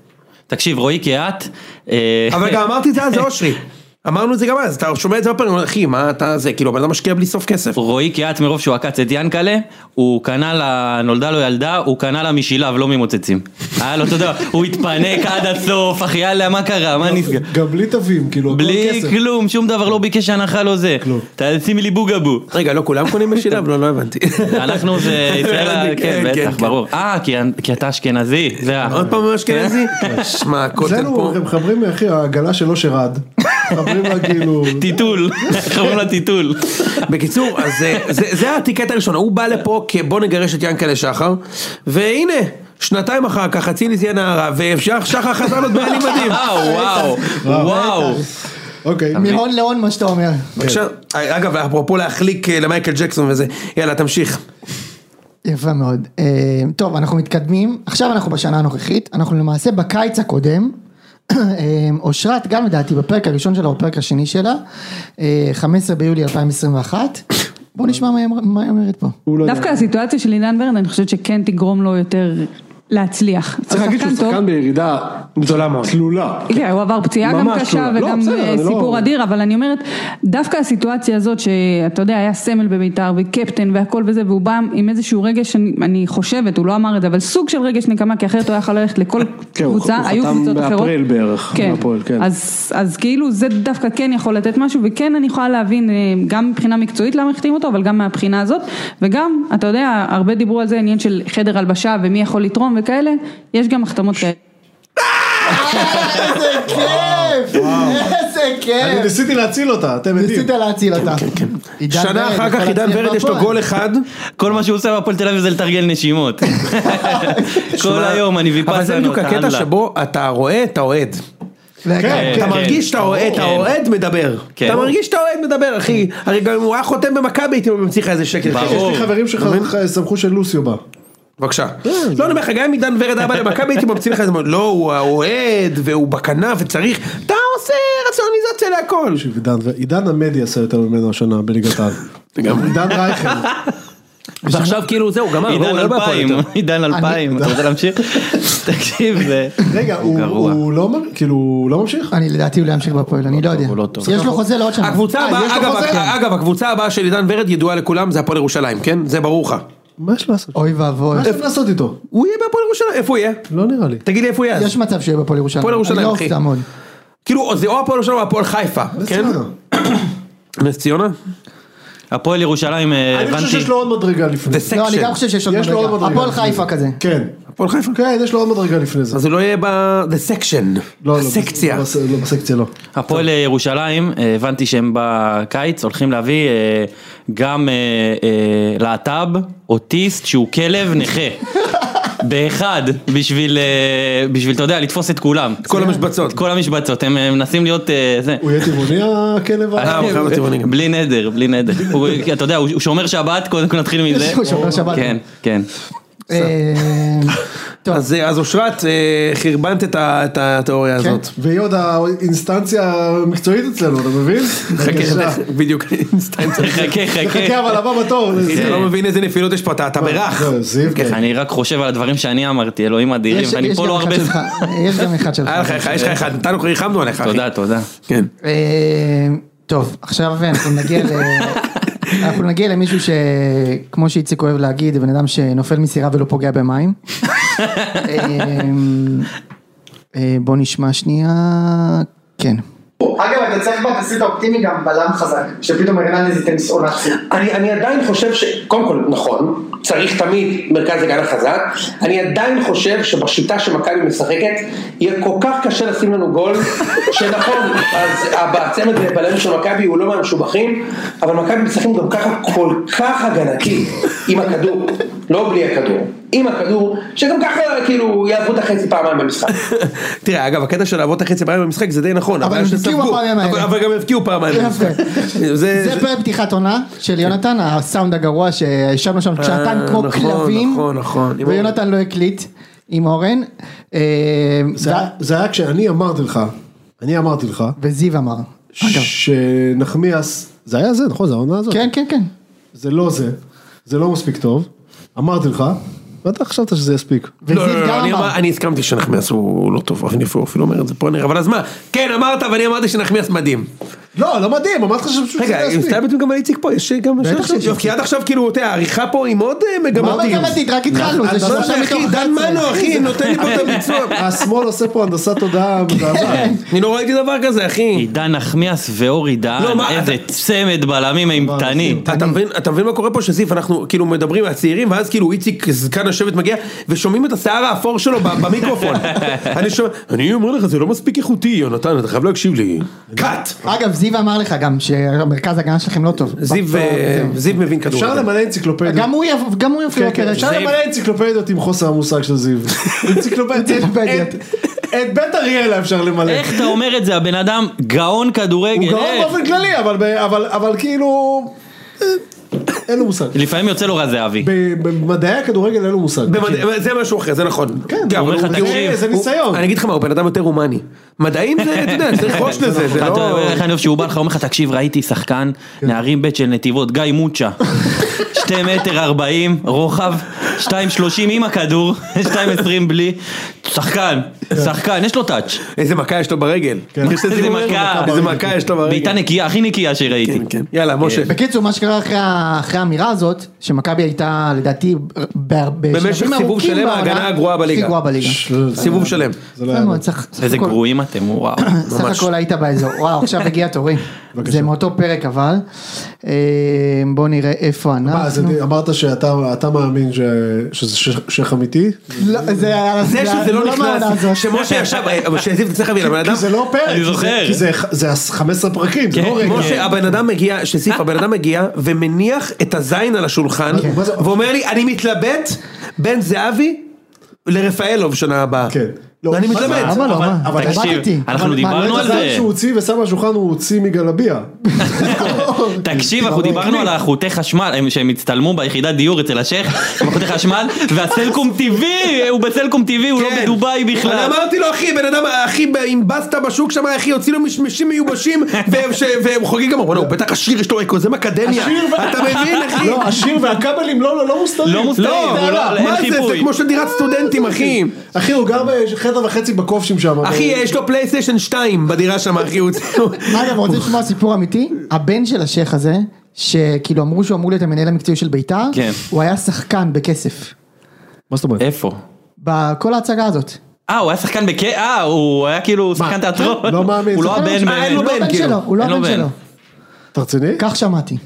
Speaker 4: תקשיב, רועי קיאט, אה,
Speaker 2: אבל גם אמרתי את זה אז, זה אושרי. אמרנו את זה גם אז, אתה שומע את זה בפרק, אומר, אחי, מה אתה זה, כאילו, הבן אדם משקיע בלי סוף כסף.
Speaker 4: רועי קיאט מרוב שהוא עקץ את ינקלה, הוא קנה לה, נולדה לו ילדה, הוא קנה לה משילב, לא ממוצצים. היה לו, אתה יודע, הוא התפנק עד הסוף, אחי, יאללה, מה קרה, מה נסגר?
Speaker 3: גם בלי תווים, כאילו, הכל
Speaker 4: בלי
Speaker 3: כסף.
Speaker 4: כלום, שום דבר, לא ביקש הנחה, לא זה. תשימי לי בוגבו.
Speaker 2: רגע, לא כולם קונים בשילב? לא, לא הבנתי.
Speaker 4: אנחנו זה ישראל, כן, בטח, ברור. אה, כי- כי אתה אשכנזי, זה ה...
Speaker 2: עוד פעם אשכנזי?
Speaker 3: כן.
Speaker 2: שמע, הכותל
Speaker 3: אצלנו
Speaker 2: פה.
Speaker 3: לא- הם מחברים, אחי, העגלה של אושר עד. מחברים לה כאילו...
Speaker 4: טיטול, איך קוראים לה טיטול.
Speaker 2: בקיצור, אז אה, זה, זה הטיקט הראשון, הוא בא לפה כבוא נגרש את ינקלה שחר, והנה, שנתיים אחר כך, אצילי זיין נערה, ושחר חזר לו בעלים מדהים.
Speaker 4: וואו, וואו, וואו.
Speaker 3: אוקיי.
Speaker 1: מהון להון מה שאתה אומר.
Speaker 2: בבקשה, אגב, אפרופו להחליק אה, למייקל ג'קסון וזה, יאללה, תמשיך.
Speaker 1: יפה מאוד. אה, טוב, אנחנו מתקדמים. עכשיו אנחנו בשנה הנוכחית. אנחנו למעשה בקיץ הקודם. אה, אושרת, גם לדעתי, בפרק הראשון שלה או בפרק השני שלה, אה, 15 ביולי 2021. בואו נשמע מה היא אמרה- מה היא אומרת פה.
Speaker 5: לא
Speaker 7: דווקא הסיטואציה של עידן ורד, אני חושבת שכן תגרום לו יותר להצליח.
Speaker 5: צריך להגיד שהוא
Speaker 7: טוב.
Speaker 5: שחקן בירידה גדולה מאוד. תלולה.
Speaker 7: כן, הוא עבר פציעה גם
Speaker 5: ממש
Speaker 7: קשה
Speaker 5: לא. לא,
Speaker 7: וגם
Speaker 5: בסדר,
Speaker 7: אה,
Speaker 5: אני לא-
Speaker 7: סיפור אדיר, אבל אני אומרת, דווקא הסיטואציה הזאת שאתה יודע, היה סמל בביתר וקפטן והכל וזה, והוא בא עם איזשהו רגש, אני- אני חושבת, הוא לא אמר את זה, אבל סוג של רגש נקמה, כי אחרת הוא היה יכול ללכת לכל
Speaker 5: כן, הוא-
Speaker 7: קבוצה,
Speaker 5: הוא
Speaker 7: היו
Speaker 5: חתם
Speaker 7: קבוצות אחרות.
Speaker 5: באפריל בערך, בהפועל, כן.
Speaker 7: אז, אז כאילו זה דווקא כן יכול לתת משהו, וכן אני יכולה להבין, אה, גם מבחינה מקצועית למה החתימו אותו, אבל גם מהבחינה הזאת, וגם, אתה יודע, הרבה דיברו על זה, עניין של חדר הלבשה ומי יכול לתרום וכאלה, יש גם החתמות כאלה.
Speaker 2: אה,
Speaker 1: איזה כיף! איזה
Speaker 3: אני
Speaker 1: כיף!
Speaker 3: ניסיתי כן. להציל אותה, אתם יודעים.
Speaker 1: ניסית להציל אותה. עידן
Speaker 2: כן, שנה
Speaker 1: ורד
Speaker 2: אחר
Speaker 1: יכול
Speaker 2: כך עידן
Speaker 1: להצליח
Speaker 2: ורד יש לו
Speaker 1: בהפועל.
Speaker 2: גול אחד.
Speaker 4: כל מה שהוא עושה בהפועל תל אביב זה לתרגל נשימות. כל
Speaker 2: שמע,
Speaker 4: היום אני ויפאסנו.
Speaker 2: אבל זה בדיוק הקטע שבו אתה רואה את האוהד.
Speaker 1: כן,
Speaker 2: אתה
Speaker 4: כן.
Speaker 2: מרגיש שאתה רואה את
Speaker 4: כן.
Speaker 2: האוהד מדבר.
Speaker 4: כן.
Speaker 2: אתה מרגיש שאתה אוהד מדבר, אחי. הרי גם אם הוא היה חותם במכבי, הייתי ממציא לך איזה שקל.
Speaker 4: ברור.
Speaker 3: יש לי חברים שסמכו שלוסיו בא.
Speaker 2: בבקשה. לא, אני אומר לך, גם אם עידן ורד היה בא למכבי, הייתי ממציא לך איזה מאוד, לא, הוא האוהד, והוא בכנף, וצריך, אתה עושה רציונליזציה להכל.
Speaker 3: תקשיב, עידן, עידן עמדי עשה יותר ממנו השנה בליגת העל. עידן רייכל.
Speaker 2: ועכשיו כאילו זהו, גמר,
Speaker 4: עידן
Speaker 2: לא, הוא לא בהפועל
Speaker 4: אלפיים,
Speaker 2: יותר.
Speaker 4: עידן אלפיים, אתה רוצה להמשיך? תקשיב, זה...
Speaker 3: רגע, הוא-
Speaker 4: גרוע.
Speaker 3: הוא לא מ- כאילו, הוא לא
Speaker 2: כן.
Speaker 3: ממשיך?
Speaker 1: אני לדעתי הוא לא ימשיך בפועל, אני לא יודע.
Speaker 4: הוא לא טוב.
Speaker 1: יש לו חוזה לעוד שנה.
Speaker 2: הקבוצה
Speaker 3: אה, יש
Speaker 2: הבאה,
Speaker 3: לו
Speaker 2: אגב,
Speaker 3: חוזה?
Speaker 2: הק- אגב, הקבוצה הבאה של עידן ורד ידועה לכולם, זה הפועל ירושלים, כן? זה ברור לך.
Speaker 3: מה יש לעשות?
Speaker 1: אוי ואבוי.
Speaker 3: מה יש לעשות איתו?
Speaker 2: הוא יהיה בהפועל ירושלים, איפה הוא יהיה?
Speaker 3: לא נראה לי.
Speaker 2: תגיד לי איפה הוא יהיה אז.
Speaker 1: יש מצב שהוא יהיה בפועל ירושלים.
Speaker 2: הפועל ירושלים,
Speaker 1: אני לא
Speaker 2: אחי.
Speaker 1: אופתע מאוד.
Speaker 2: כאילו, זה או הפועל ירושלים או הפועל חיפה, כן?
Speaker 3: בסדר.
Speaker 2: נס ציונה?
Speaker 4: הפועל ירושלים, אה,
Speaker 3: אני חושב
Speaker 4: הבנתי,
Speaker 3: שיש לו עוד מדרגה לפני.
Speaker 2: זה
Speaker 1: לא, אני
Speaker 2: סקשן.
Speaker 1: גם חושב שיש עוד
Speaker 3: יש לו עוד
Speaker 1: מדרגה.
Speaker 3: מדרגה.
Speaker 1: הפועל
Speaker 3: לפני
Speaker 1: חיפה
Speaker 3: זה.
Speaker 1: כזה.
Speaker 3: כן.
Speaker 2: הפועל חיפה?
Speaker 3: כן, יש לו עוד מדרגה לפני זה.
Speaker 2: אז הוא לא יהיה ב... The section.
Speaker 3: לא, לא,
Speaker 2: הסקציה.
Speaker 3: בס- לא, בסקציה לא.
Speaker 4: הפועל אה, ירושלים, אה, הבנתי שהם בקיץ הולכים להביא אה, גם אה, אה, להט"ב, אוטיסט שהוא כלב נכה. באחד, בשביל, אה, בשביל, אתה יודע, לתפוס את כולם. כן? את
Speaker 2: כל המשבצות.
Speaker 4: כל המשבצות, הם אה, מנסים להיות, אה, זה.
Speaker 3: הוא יהיה טבעוני הכלב? ה-
Speaker 2: אה, הוא חייב להיות צבעוני גם.
Speaker 4: בלי נדר, בלי נדר. הוא- אתה יודע, הוא הוא שומר שבת, קודם כל נתחיל מזה.
Speaker 1: הוא שומר שבת.
Speaker 4: כן, כן.
Speaker 1: אה, טוב,
Speaker 2: אז אה, אז אושרת, אה, חרבנת את ה- את התיאוריה
Speaker 1: כן.
Speaker 2: הזאת.
Speaker 3: והיא עוד האינסטנציה המקצועית אצלנו, אתה מבין? בבקשה.
Speaker 2: חכה, בדיוק, סתם צריך.
Speaker 4: חכה,
Speaker 3: חכה
Speaker 4: חכה.
Speaker 3: אבל הבא בתור.
Speaker 2: אתה לא מבין איזה נפילות יש פה, אתה
Speaker 1: לא,
Speaker 2: אתה ברח.
Speaker 3: זהו, זיו.
Speaker 2: כן.
Speaker 4: אני רק חושב על הדברים שאני אמרתי, אלוהים אדירים,
Speaker 1: יש
Speaker 4: ואני
Speaker 1: יש
Speaker 4: פה
Speaker 1: גם
Speaker 4: לא הרבה...
Speaker 1: אחד שלך. יש גם אחד שלך.
Speaker 2: היה לך אחד, יש לך אחד, נתנו, ריחמנו עליך. אחי.
Speaker 4: תודה, תודה.
Speaker 2: כן.
Speaker 1: אה, טוב, עכשיו אנחנו נגיע ל... אנחנו נגיע למישהו שכמו שאיציק אוהב להגיד, בן אדם שנופל מסירה ולא פוגע במים. אה, אה, בוא נשמע שנייה, כן.
Speaker 6: אגב, אתה צריך בתסריט האופטימי גם בלם חזק, שפתאום הרננדז ייתן סיסאונציה.
Speaker 8: אני, אני עדיין חושב ש... קודם כל, נכון, צריך תמיד מרכז הגנה חזק. אני עדיין חושב שבשיטה שמכבי משחקת, יהיה כל כך קשה לשים לנו גול, שנכון, אז הצמד בלם של מכבי הוא לא מהמשובחים, אבל מכבי משחקים גם ככה כל כך הגנתי עם הכדור, לא בלי הכדור, עם הכדור, שגם ככה כאילו יעברו את החצי פעמיים במשחק.
Speaker 2: תראה, אגב, הקטע של לעבוד את החצי פעמים במשחק זה די נכון.
Speaker 1: אבל
Speaker 2: הבעיה
Speaker 1: הם
Speaker 2: שספגו.
Speaker 1: הבקיעו בפעמים האלה.
Speaker 2: אבל- אבל גם הבקיעו פעמיים.
Speaker 1: יפה.
Speaker 2: זה- כן.
Speaker 1: זה פרק פתיחת עונה של יונתן, הסאונד הגרוע שישבנו שם שעתיים כמו
Speaker 2: נכון,
Speaker 1: כלבים,
Speaker 2: נכון, נכון.
Speaker 1: ויונתן לא הקליט עם אורן, אה,
Speaker 3: זה היה- זה היה כשאני אמרתי לך, אני אמרתי לך,
Speaker 1: וזיו אמר, אגב,
Speaker 3: שנחמיאס, זה היה זה, נכון? זה העונה הזאת?
Speaker 1: כן כן כן,
Speaker 3: זה לא זה, זה לא מספיק טוב, אמרתי לך, ואתה חשבת שזה יספיק.
Speaker 2: לא, לא,
Speaker 1: וזיו
Speaker 2: לא, לא,
Speaker 1: גם
Speaker 2: אני
Speaker 1: אמר,
Speaker 2: אמר- אני הסכמתי שנחמיאס הוא לא טוב, אני אפילו אפילו אומר את זה פה נראה, אבל אז מה, כן אמרת ואני אמרתי שנחמיאס מדהים.
Speaker 3: לא, לא מדהים, אמרתי לך שפשוט
Speaker 2: רגע,
Speaker 3: שזה יספיק.
Speaker 2: הסתלבטנו גם על איציק פה, יש גם...
Speaker 1: בטח
Speaker 2: עכשיו-
Speaker 1: שיש.
Speaker 2: יופי, כי עד עכשיו כאילו, אתה יודע, העריכה פה היא מאוד אה,
Speaker 1: מה
Speaker 2: מגמתית.
Speaker 1: מגמתית? רק התחלנו, זה
Speaker 2: לא,
Speaker 1: שלושה מתוך
Speaker 2: אחי, דן
Speaker 1: 11.
Speaker 2: מנו אחי, נותן לי פה את הביצוע.
Speaker 3: השמאל עושה פה הנדסת תודעה מזעזעת. כן,
Speaker 2: אני לא ראיתי דבר כזה אחי.
Speaker 4: עידן נחמיאס ואורי
Speaker 2: לא,
Speaker 4: דהן,
Speaker 2: מה,
Speaker 4: איזה צמד בלמים אימתני.
Speaker 2: אתה מבין, אתה מבין מה קורה פה שזיף אנחנו כאילו מדברים מהצעירים ואז כאילו איציק זקן השבט מגיע ושומעים את השיער האפור שלו ב- במיקרופון. אני שומע, אני אומר לך זה לא מספיק איכותי יונתן אתה חייב להקשיב לי. קאט.
Speaker 1: אגב זיו אמר לך גם שהמרכז הגנה שלכם לא טוב,
Speaker 2: זיו אה, זיו מבין כדור.
Speaker 3: אפשר למלא אנציקלופדיות.
Speaker 1: גם הוא יפ- גם הוא יופיע
Speaker 3: כן, כן,
Speaker 1: בפרק,
Speaker 3: אפשר למלא אנציקלופדיות עם חוסר המושג של זיו. אנציקלופדיות.
Speaker 1: אנציקלופדיות.
Speaker 3: את- את בית אריאלה אפשר למלא.
Speaker 4: איך אתה אומר את זה, הבן אדם גאון כדורגל. אה,
Speaker 3: הוא גאון
Speaker 4: איך?
Speaker 3: באופן כללי, אבל ב- אבל- אבל כאילו... אה, אין לו מושג.
Speaker 4: לפעמים יוצא לו רע זהבי.
Speaker 3: ב- במדעי הכדורגל אין לו מושג.
Speaker 2: במד- אבל זה משהו אחר זה נכון. כן,
Speaker 4: הוא אומר
Speaker 2: אבל
Speaker 4: לך,
Speaker 2: הוא-
Speaker 4: תקשיב.
Speaker 2: הוא-
Speaker 3: זה
Speaker 2: הוא-
Speaker 3: ניסיון.
Speaker 2: אני אגיד לך מה הוא בן אדם יותר הומני. מדעים זה אתה יודע צריך ראש לזה זה
Speaker 4: אתה
Speaker 2: לא. כן.
Speaker 4: יודע איך אני אוהב שהוא בא לך, אומר לך, תקשיב, ראיתי שחקן, נערים ב' של נתיבות, גיא מוצ'ה. שתי מטר ארבעים, רוחב, שתיים שלושים עם הכדור, שתיים עשרים בלי. שחקן,
Speaker 2: כן.
Speaker 4: שחקן, יש לו טאץ'.
Speaker 2: איזה מכה יש לו ברגל. יש לזיו
Speaker 4: איזה
Speaker 2: אומר,
Speaker 4: מכה.
Speaker 2: כן. איזה מכה יש לו
Speaker 4: בעיטה
Speaker 2: ברגל.
Speaker 4: נקייה, הכי נקייה שראיתי.
Speaker 2: כן, כן. יאללה משה.
Speaker 1: בקיצור מה שקרה אחרי ה- אחרי האמירה הזאת שמכבי הייתה לדעתי ב- בשלבים
Speaker 2: סיבוב
Speaker 1: ארוכים
Speaker 2: שלם
Speaker 1: בעונה,
Speaker 2: ההגנה הגרועה
Speaker 1: הכי
Speaker 2: בליגה.
Speaker 1: גרועה בליגה.
Speaker 2: סיבוב שלם.
Speaker 3: זה לא היה.
Speaker 1: מאוד, סך- סך
Speaker 4: איזה
Speaker 1: הכל-
Speaker 4: גרועים אתם, וואו.
Speaker 1: סך הכל היית באזור, וואו עכשיו הגיע תורי, זה מאותו פרק אבל, אה, בוא נראה איפה
Speaker 3: מה, אז
Speaker 1: אנחנו,
Speaker 3: אני- אמרת שאתה אתה מאמין ש- שזה ש- שייח אמיתי?
Speaker 1: לא, זה היה-
Speaker 2: זה שזה לא נכנס,
Speaker 1: מהעונה הזאת.
Speaker 2: שמשה ישב, אה, אבל שזיו צריך להבין, הבן אדם,
Speaker 3: כי זה לא פרק.
Speaker 4: אני
Speaker 3: כי זה-
Speaker 4: זוכר.
Speaker 3: כי זה- זה 15 פרקים, זה
Speaker 4: כן,
Speaker 3: לא רגע.
Speaker 2: משה, הבן אדם מגיע, שזיף, הבן אדם מגיע ומניח את הזין על השולחן,
Speaker 3: כן. מה זה-
Speaker 2: ואומר לי, אני מתלבט בין זהבי לרפאלוב שנה הבאה.
Speaker 3: כן. לא,
Speaker 2: אני
Speaker 3: מה זה?
Speaker 2: מתלבט.
Speaker 1: למה לא? מה?
Speaker 3: אבל
Speaker 4: תקשיב,
Speaker 1: התלבטתי.
Speaker 4: אנחנו
Speaker 1: אבל מה,
Speaker 4: דיברנו
Speaker 1: לא
Speaker 3: ראית
Speaker 4: על
Speaker 3: את הזין
Speaker 4: זה.
Speaker 3: שהוא הוציא ושם על השולחן הוא הוציא לא, מגלביה.
Speaker 4: תקשיב, אנחנו
Speaker 2: לא
Speaker 4: דיברנו על החוטי חשמל, הם- שהם הצטלמו ביחידת דיור אצל השייח, עם החוטי חשמל, והסלקום טבעי, הוא בסלקום טבעי, הוא לא
Speaker 2: כן.
Speaker 4: בדובאי
Speaker 2: אני
Speaker 4: בכלל.
Speaker 2: אמרתי לו אחי בן אדם אחי ב- עם בסטה בשוק שם אחי הוציא לו משמשים מיובשים והם ש- והם חוגגים גם אמרו "לא, הוא בטח עשיר יש לו אקוזם אקדמיה אתה מבין אחי
Speaker 9: לא, השיר והכבלים לא, לא, לא מוסתרים.
Speaker 4: לא מוסתרים,
Speaker 2: לא,
Speaker 4: הוא לא- אין
Speaker 2: מה זה זה
Speaker 4: חיפוי.
Speaker 2: כמו של דירת סטודנטים אחי
Speaker 3: אחי הוא גר בחדר וחצי בקופשים שם.
Speaker 2: אחי יש לו פלייסטיישן 2 בדירה שם אחי הוא
Speaker 1: אגב, רוצה לשמוע סיפור אמיתי? הבן של השייח הזה, שכאילו אמרו שהוא אמור להיות המנהל המקצועי של ביתר,
Speaker 4: כן.
Speaker 1: הוא היה שחקן בכסף.
Speaker 3: מה זאת אומרת?
Speaker 4: איפה?
Speaker 1: בכל ההצגה הזאת.
Speaker 4: אה, הוא היה שחקן בק... אה, הוא היה כאילו שחקן תיאטרון.
Speaker 3: לא מאמין.
Speaker 4: הוא לא
Speaker 3: שחקן
Speaker 4: הבן,
Speaker 2: אה, אין לו
Speaker 1: הוא לא
Speaker 2: בן,
Speaker 1: הבן
Speaker 2: כאילו.
Speaker 1: שלו, הוא לא
Speaker 4: אין לו
Speaker 1: הבן
Speaker 4: בן.
Speaker 1: שלו.
Speaker 3: אתה רציני?
Speaker 1: כך שמעתי.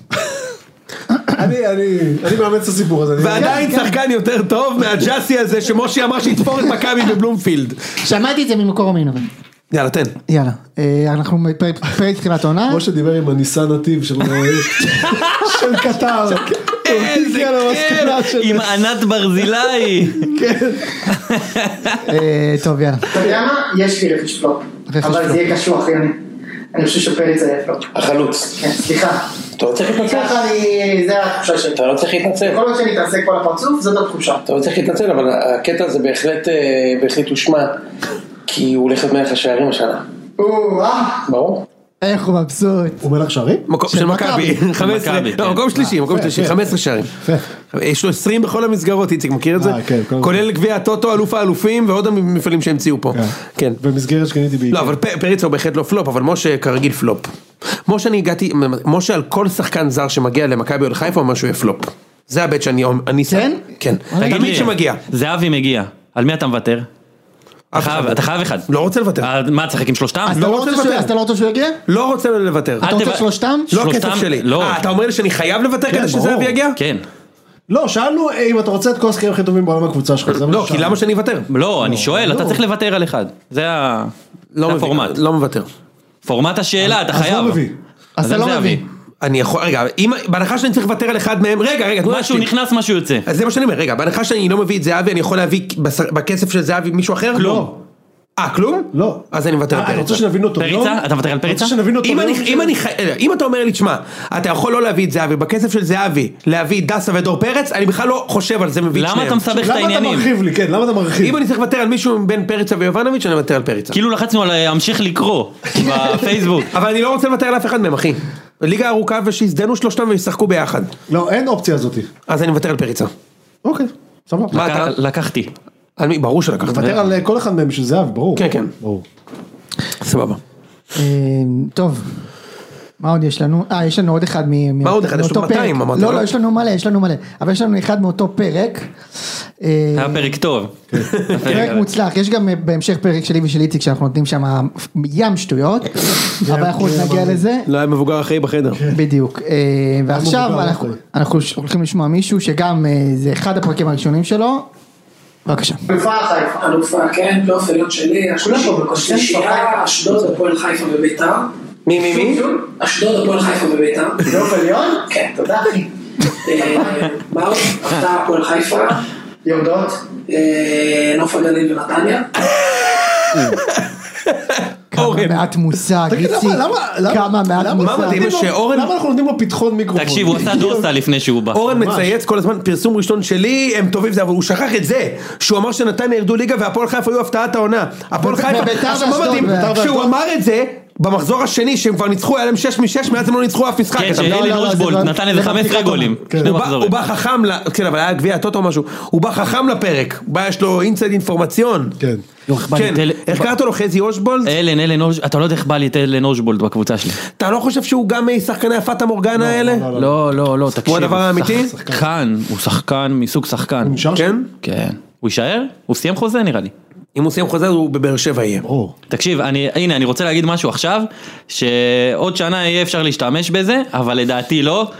Speaker 3: אני אני אני מאמץ את הסיפור הזה. אני-
Speaker 2: ועדיין שחקן יותר טוב מהג'אסי הזה שמושי אמר שיתפור את מכבי בבלומפילד
Speaker 1: שמעתי את זה ממקור המין אבל.
Speaker 2: יאללה תן
Speaker 1: יאללה. אה, אנחנו בפרק פרק תחילת עונה.
Speaker 3: משה דיבר עם הניסן נתיב של של קטר.
Speaker 2: איזה
Speaker 3: הגיע
Speaker 1: כן,
Speaker 3: למסקנה
Speaker 2: כיף.
Speaker 3: של-
Speaker 4: עם ענת ברזילי.
Speaker 1: אה, טוב יאללה.
Speaker 6: אתה יודע מה? יש לי רכש פלופ.
Speaker 1: רכש
Speaker 6: אבל
Speaker 1: פלופ.
Speaker 6: זה יהיה קשוח, יוני. אני חושב שפרץ היה פלופ.
Speaker 8: החלוץ.
Speaker 6: כן, סליחה.
Speaker 8: אתה לא צריך להתנצל.
Speaker 6: ככה אני... זה התחושה שלי.
Speaker 8: אתה לא צריך להתנצל.
Speaker 6: כל מה שאני אתעסק כל הפרצוף, זאת התחושה.
Speaker 8: אתה לא צריך להתנצל, אבל הקטע הזה בהחלט, אה, בהחלט הושמע, כי הוא הולך להיות מלך השערים השנה.
Speaker 6: או, אה.
Speaker 8: ברור?
Speaker 1: איך הוא מבסוט.
Speaker 3: הוא מלך שערים?
Speaker 2: מקום של מכבי, 15,
Speaker 4: מכבי,
Speaker 2: לא
Speaker 4: כן.
Speaker 2: מקום שלישי, מקום שלישי, 15 שערים. יש לו 20 בכל המסגרות, איציק מכיר את זה?
Speaker 3: אה, כן, כל הזמן.
Speaker 2: כולל גביע הטוטו, אלוף האלופים ועוד המפעלים שהמציאו פה. כן.
Speaker 3: במסגרת שקניתי
Speaker 2: לא,
Speaker 3: בעיקר.
Speaker 2: אבל פ- פריצו בהחלט לא פלופ, אבל משה כרגיל פלופ. משה אני הגעתי, משה על כל שחקן זר שמגיע למכבי או לחיפה אומר שהוא יהיה פלופ. זה הבט שאני אומר, אני
Speaker 1: כן?
Speaker 2: כן,
Speaker 4: תגיד
Speaker 2: תמיד
Speaker 4: לי,
Speaker 2: שמגיע.
Speaker 4: זאבי מגיע. על מי אתה מוותר? אתה
Speaker 2: אף אחד
Speaker 4: חייב-
Speaker 2: לא.
Speaker 4: אתה חייב אחד.
Speaker 2: לא רוצה לוותר.
Speaker 4: אה, מה, תשחק עם שלושתם?
Speaker 1: אז אתה
Speaker 2: לא
Speaker 1: לא
Speaker 2: רוצה
Speaker 1: רוצה שהוא-
Speaker 2: לוותר.
Speaker 1: אז אתה לא רוצה שהוא יגיע?
Speaker 2: לא רוצה לוותר.
Speaker 4: אל
Speaker 1: אתה רוצה
Speaker 4: תבע-
Speaker 1: את שלושתם?
Speaker 2: לא כסף
Speaker 4: שלושתם-
Speaker 2: שלי.
Speaker 4: לא.
Speaker 2: אה, אתה אומר לי שאני חייב לוותר כדי שזאבי
Speaker 3: ברור.
Speaker 2: יגיע?
Speaker 4: כן.
Speaker 3: לא, שאלנו אה, אם אתה רוצה את כל השחקנים הכי טובים בעולם הקבוצה שלך. זה מה
Speaker 2: לא, כי
Speaker 3: ששאלנו.
Speaker 2: למה שאני אוותר?
Speaker 4: לא, אני שואל, אתה צריך לוותר על אחד. זה ה- זה
Speaker 2: לא מבין,
Speaker 4: הפורמט.
Speaker 2: לא מוותר.
Speaker 4: פורמט השאלה, אתה
Speaker 3: אז לא
Speaker 4: חייב.
Speaker 3: מביא.
Speaker 1: אז אתה
Speaker 4: אין
Speaker 1: לא
Speaker 4: זהבי.
Speaker 1: מביא.
Speaker 2: אני יכול, רגע, אם, בהנחה שאני צריך לוותר על אחד מהם, רגע, רגע, תנו לי
Speaker 4: משהו
Speaker 2: להשלים.
Speaker 4: נכנס, משהו יוצא.
Speaker 2: אז זה מה שאני אומר, רגע, בהנחה שאני לא מביא את זהבי, אני יכול להביא בס- בכסף של זהבי מישהו אחר?
Speaker 3: לא.
Speaker 2: אה, כלום?
Speaker 3: לא.
Speaker 2: אז אני מוותר על
Speaker 3: אה, אני רוצה
Speaker 2: פריצה.
Speaker 3: שנבין אותו.
Speaker 4: פריצה?
Speaker 3: יום.
Speaker 4: אתה מוותר על פריצה?
Speaker 3: אני רוצה שנבין אותו.
Speaker 2: אם אני,
Speaker 3: ביום
Speaker 2: אם
Speaker 3: של-
Speaker 2: אני, חי- אם אתה אומר לי, תשמע, אתה יכול לא להביא את זהבי, בכסף של זהבי, להביא את דסה ודור פרץ, אני בכלל לא חושב על זה, מביא את
Speaker 4: למה
Speaker 2: שניהם.
Speaker 4: אתה מסבך את
Speaker 3: למה אתה
Speaker 4: העניינים?
Speaker 3: מרחיב לי? כן, למה אתה מרחיב?
Speaker 2: אם אני צריך לוותר על מישהו בין פרצה ויובנוביץ', אני מוותר על פרצה.
Speaker 4: כאילו לחצנו על אה, המשיך לקרוא בפייסבוק.
Speaker 2: אבל אני לא רוצה לוותר על אף אחד מהם, אחי. ליגה ארוכה ושיזדנו שלושתם וישחקו ביחד.
Speaker 3: לא, אין אופציה הזאתי.
Speaker 2: אז אני מוותר על פריצה.
Speaker 3: אוקיי, סבבה.
Speaker 2: מה אתה-
Speaker 4: לקח- לקחתי.
Speaker 2: על מי? ברור שלקחת.
Speaker 3: תוותר על אה, כל אחד מהם בשביל זהב, ברור.
Speaker 2: כן, כן.
Speaker 3: ברור.
Speaker 2: סבבה.
Speaker 1: אה, טוב. מה עוד יש לנו? אה, יש לנו עוד אחד מ...
Speaker 2: מה עוד אחד? יש לנו 200, אמרת,
Speaker 1: לא,
Speaker 2: לא?
Speaker 1: לא, יש לנו מלא, יש לנו מלא. אבל יש לנו אחד מאותו פרק. אה,
Speaker 4: היה פרק טוב.
Speaker 1: פרק מוצלח, יש גם אה, בהמשך פרק שלי ושל איציק שאנחנו נותנים שם ים שטויות, אבל אנחנו עוד נגיע לזה,
Speaker 2: לא היה מבוגר אחראי בחדר.
Speaker 1: בדיוק. אה, ועכשיו
Speaker 3: מבוגר,
Speaker 1: אנחנו-
Speaker 3: אחי.
Speaker 1: אנחנו ש- הולכים לשמוע מישהו שגם אה, זה אחד הפרקים הראשונים שלו, בבקשה.
Speaker 6: אלופה חיפה.
Speaker 10: אלופה, כן, פלייאוף עליון שלי, השלישייה, אה, אשדוד, הפועל חיפה וביתר.
Speaker 8: מי, מי, מי?
Speaker 10: אשדוד, הפועל חיפה וביתר.
Speaker 6: אלוף עליון?
Speaker 10: כן.
Speaker 6: תודה אחי.
Speaker 10: אה, מה עוד? אתה הפועל חיפה,
Speaker 6: יורדות?
Speaker 10: אה, נוף הגליל ונתניה.
Speaker 1: כמה מעט מושג,
Speaker 3: תגיד, למה-
Speaker 1: איציק,
Speaker 3: למה- למה-
Speaker 1: כמה מעט
Speaker 3: למה
Speaker 1: מושג.
Speaker 2: מה מדהים
Speaker 3: נותנים לו-
Speaker 2: שאורן-
Speaker 3: למה אנחנו נותנים לו פתחון מיקרופון?
Speaker 4: תקשיב, הוא עשה דורסה לפני שהוא בא.
Speaker 2: אורן מצייץ כל הזמן פרסום ראשון שלי הם טובים זה אבל הוא שכח את זה שהוא אמר שנתניה ירדו ליגה והפועל חיפה היו הפתעת העונה הפועל
Speaker 1: ו- וביתר
Speaker 2: חיפה עכשיו מה
Speaker 1: ואשדוד,
Speaker 2: מדהים
Speaker 1: וביתר
Speaker 2: שהוא
Speaker 1: ואשדוד.
Speaker 2: אמר את זה במחזור השני שהם כבר ניצחו היה להם 6 מ-6 מאז הם לא ניצחו אף משחק
Speaker 4: כן,
Speaker 2: אתה
Speaker 1: לא,
Speaker 4: שאלי
Speaker 1: לא, זה
Speaker 4: רושבולד
Speaker 1: לא-
Speaker 4: נתן איזה
Speaker 1: זה לא
Speaker 4: 15
Speaker 1: פתיחת
Speaker 4: גולים.
Speaker 1: עונה.
Speaker 4: שני
Speaker 2: הוא בא- הוא
Speaker 4: מחזורים.
Speaker 2: בא חכם, ל- כן אבל היה גביע הטוטו או משהו, הוא בא חכם לפרק, הוא בא יש לו אינסייד אינפורמציון.
Speaker 3: כן.
Speaker 2: כן,
Speaker 4: טל-
Speaker 2: איך קראת לו חזי אושבולד?
Speaker 4: אלן, אלן, אוש- אתה לא יודע איך בא לי את אלן אושבולד בקבוצה שלי.
Speaker 2: אתה לא חושב שהוא גם משחקני הפטה מורגנה האלה?
Speaker 4: לא, לא, לא, תקשיב.
Speaker 2: הוא הדבר האמיתי?
Speaker 4: שחקן, הוא שחקן מסוג שחקן.
Speaker 3: הוא נשאר
Speaker 2: כן?
Speaker 3: שם?
Speaker 4: כן. הוא יישאר? הוא סיים חוזה נראה לי.
Speaker 2: אם הוא סיים חוזה הוא בבאר שבע יהיה.
Speaker 3: ברור.
Speaker 4: תקשיב, אני, הנה, אני רוצה להגיד משהו עכשיו, שעוד שנה יהיה אפשר להשתמש בזה, אבל לדעתי לא.